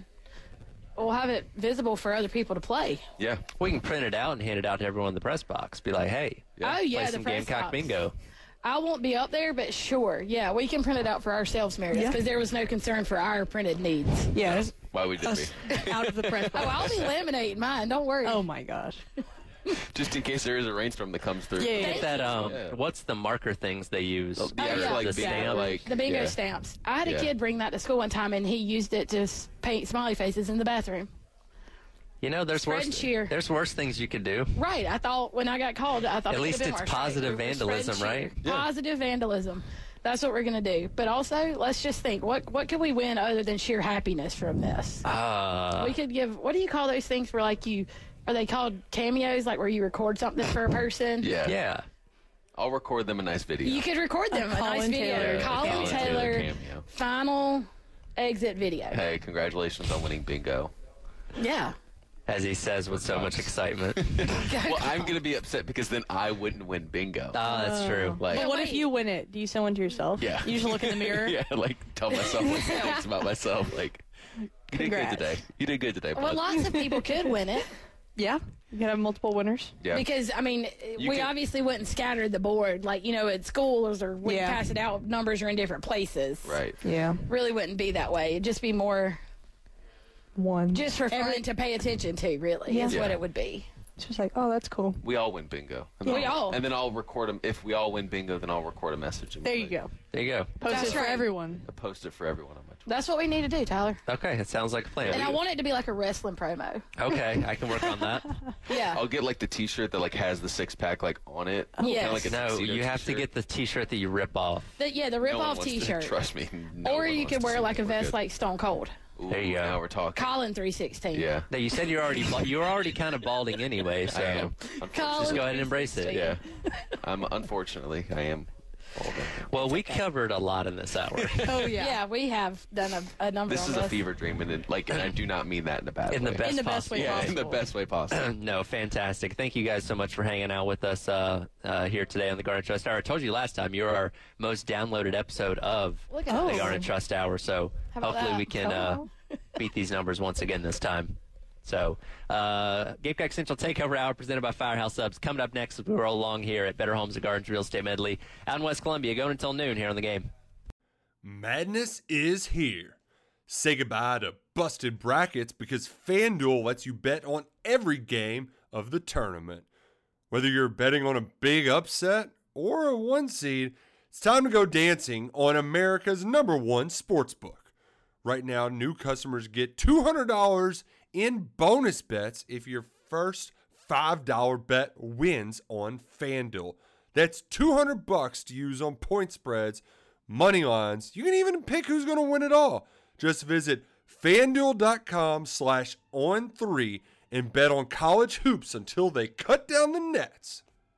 Speaker 6: We'll have it visible for other people to play.
Speaker 9: yeah.
Speaker 4: We can print it out and hand it out to everyone in the press box. Be like, hey,
Speaker 6: Oh yeah,
Speaker 4: play
Speaker 6: the
Speaker 4: some
Speaker 6: press
Speaker 4: Gamecock
Speaker 6: box.
Speaker 4: bingo.
Speaker 6: I won't be up there, but sure. Yeah, we can print it out for ourselves, Meredith,
Speaker 7: Yeah.
Speaker 6: because there was no concern for our printed needs.
Speaker 7: Yeah. that's-
Speaker 9: Why would it be?
Speaker 7: that's Out of the press.
Speaker 6: Oh,
Speaker 7: box.
Speaker 6: I'll be laminating mine. Don't worry.
Speaker 7: Oh my gosh.
Speaker 9: Just in case there is a rainstorm that comes through.
Speaker 7: Yeah.
Speaker 4: Get that. Um,
Speaker 9: Yeah.
Speaker 4: what's the marker things they use?
Speaker 9: The
Speaker 6: Oh,
Speaker 9: actual,
Speaker 6: yeah.
Speaker 9: like,
Speaker 4: The
Speaker 9: bingo,
Speaker 4: stamp.
Speaker 9: like-
Speaker 6: the bingo
Speaker 9: yeah.
Speaker 6: stamps. I had a
Speaker 9: Yeah.
Speaker 6: kid bring that to school one time, and he used it to s- paint smiley faces in the bathroom.
Speaker 4: You know, there's
Speaker 6: Spread
Speaker 4: worse.
Speaker 6: and cheer.
Speaker 4: There's worse things you could do.
Speaker 6: Right. I thought when I got called, I thought
Speaker 4: At
Speaker 6: it
Speaker 4: least
Speaker 6: could've
Speaker 4: it's
Speaker 6: been our
Speaker 4: positive
Speaker 6: state. We're
Speaker 4: vandalism,
Speaker 6: spreading
Speaker 4: right?
Speaker 6: shit. Positive vandalism. That's what we're gonna do. But also, let's just think what what could we win other than sheer happiness from this?
Speaker 4: Uh,
Speaker 6: we could give. What do you call those things where like you? Are they called cameos? Like where you record something for a person?
Speaker 9: yeah.
Speaker 4: yeah.
Speaker 9: I'll record them a nice video.
Speaker 6: You could record them. A, nice
Speaker 7: Colin
Speaker 6: video.
Speaker 7: Taylor.
Speaker 6: Colin,
Speaker 9: Colin
Speaker 6: Taylor,
Speaker 9: Taylor cameo.
Speaker 6: final exit video.
Speaker 9: Hey, congratulations on winning bingo.
Speaker 6: Yeah.
Speaker 4: As he says with so much excitement.
Speaker 9: Well, I'm gonna be upset because then I wouldn't win bingo.
Speaker 6: Uh,
Speaker 4: Ah, that's true.
Speaker 9: like,
Speaker 7: But what
Speaker 6: wait.
Speaker 7: if you win it? Do you send one to yourself?
Speaker 9: Yeah.
Speaker 7: You should look in the mirror.
Speaker 9: yeah, like tell myself like things about myself. Like, you did
Speaker 7: Congrats.
Speaker 9: good today. You did good today,
Speaker 6: Well,
Speaker 9: bud.
Speaker 6: lots of people could win it
Speaker 7: Yeah. You can have multiple winners.
Speaker 9: yeah.
Speaker 6: because I mean,
Speaker 9: You
Speaker 6: we
Speaker 9: can-
Speaker 6: obviously wouldn't scatter the board like you know at schools or we
Speaker 7: Yeah.
Speaker 6: pass it out. Numbers are in different places.
Speaker 9: right.
Speaker 7: Yeah.
Speaker 6: Really wouldn't be that way. It'd just be more
Speaker 7: One.
Speaker 6: just
Speaker 7: Just,
Speaker 6: for fun to pay attention to. Really, is
Speaker 9: Yeah.
Speaker 6: what it would be.
Speaker 7: just like, oh, that's cool.
Speaker 9: We all win bingo. And
Speaker 6: We
Speaker 9: I'll-
Speaker 6: all.
Speaker 9: And then I'll record them. If we all win bingo, then I'll record a message. and
Speaker 7: There
Speaker 9: we'll
Speaker 7: you
Speaker 9: make-
Speaker 7: go.
Speaker 4: There you go.
Speaker 7: Post
Speaker 6: That's
Speaker 7: it for
Speaker 6: right.
Speaker 7: everyone.
Speaker 9: I post it for everyone on my Twitter.
Speaker 6: That's what we need to do, Tyler.
Speaker 4: Okay, that sounds like a
Speaker 6: And I
Speaker 4: plan.
Speaker 6: want it to be like a wrestling promo.
Speaker 4: Okay, I can work on that.
Speaker 6: Yeah.
Speaker 9: I'll get like the T-shirt that like has the six pack like on it.
Speaker 6: Oh, yes.
Speaker 9: Kinda like a
Speaker 4: No,
Speaker 9: tuxedo
Speaker 4: you have to
Speaker 9: t-shirt.
Speaker 4: get the T-shirt that you rip off.
Speaker 6: The- yeah, the
Speaker 9: No one
Speaker 6: rip-off
Speaker 9: wants to-
Speaker 6: T-shirt.
Speaker 9: Trust me. no
Speaker 6: or
Speaker 9: one
Speaker 6: you
Speaker 9: wants
Speaker 6: could
Speaker 9: to
Speaker 6: wear
Speaker 9: see
Speaker 6: like a
Speaker 9: me look
Speaker 6: vest
Speaker 9: good.
Speaker 6: like Stone Cold.
Speaker 9: Ooh,
Speaker 4: There you go.
Speaker 9: Now we're talking.
Speaker 6: Colin 316.
Speaker 9: Yeah.
Speaker 4: No, you said you're already bal- you're already kind of balding anyway,
Speaker 9: I am.
Speaker 4: so
Speaker 9: Unfortunately-
Speaker 4: just go ahead and embrace it.
Speaker 9: Yeah. I'm unfortunately I am. bald.
Speaker 4: Well, we covered a lot in this hour,
Speaker 7: Oh yeah.
Speaker 6: Yeah, we have done a, a number
Speaker 9: This
Speaker 6: on
Speaker 9: is
Speaker 6: this.
Speaker 9: a fever dream, and it, like, and I do not mean that in a bad
Speaker 4: in
Speaker 9: way.
Speaker 4: the best
Speaker 6: In the best
Speaker 4: possible.
Speaker 6: way
Speaker 9: Yeah, in the
Speaker 6: possible.
Speaker 9: best way possible.
Speaker 4: no, fantastic. Thank you guys so much for hanging out with us uh, uh, here today on the Garnet Trust Hour. I told you last time you're our most downloaded episode of
Speaker 6: Look at
Speaker 4: the
Speaker 6: us.
Speaker 4: Garnet Trust Hour, so
Speaker 6: Oh. How about
Speaker 4: hopefully
Speaker 6: that?
Speaker 4: we can uh, beat these numbers once again this time. So, uh, Gamecock Central Takeover Hour presented by Firehouse Subs. Coming up next as we roll along here at Better Homes and Gardens Real Estate Medley out in West Columbia, going until noon here on the game.
Speaker 10: Madness is here. Say goodbye to busted brackets because FanDuel lets you bet on every game of the tournament. Whether you're betting on a big upset or a one seed, it's time to go dancing on America's number one sportsbook. Right now, new customers get $200 in bonus bets if your first $5 bet wins on FanDuel. That's 200 bucks to use on point spreads, money lines. You can even pick who's going to win it all. Just visit fanduel.com slash on three and bet on college hoops until they cut down the nets.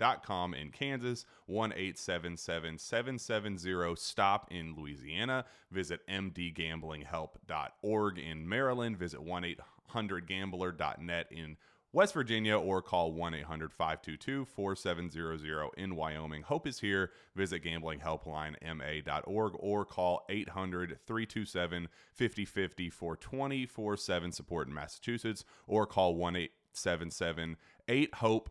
Speaker 1: dot com in Kansas, 1 770 stop in Louisiana. Visit mdgamblinghelp.org in Maryland. Visit 1 800 gambler.net in West Virginia or call 1 800 522 4700 in Wyoming. Hope is here. Visit gamblinghelplinema.org or call 800 327 5050 for 24 7 support in Massachusetts or call 1 877 8 HOPE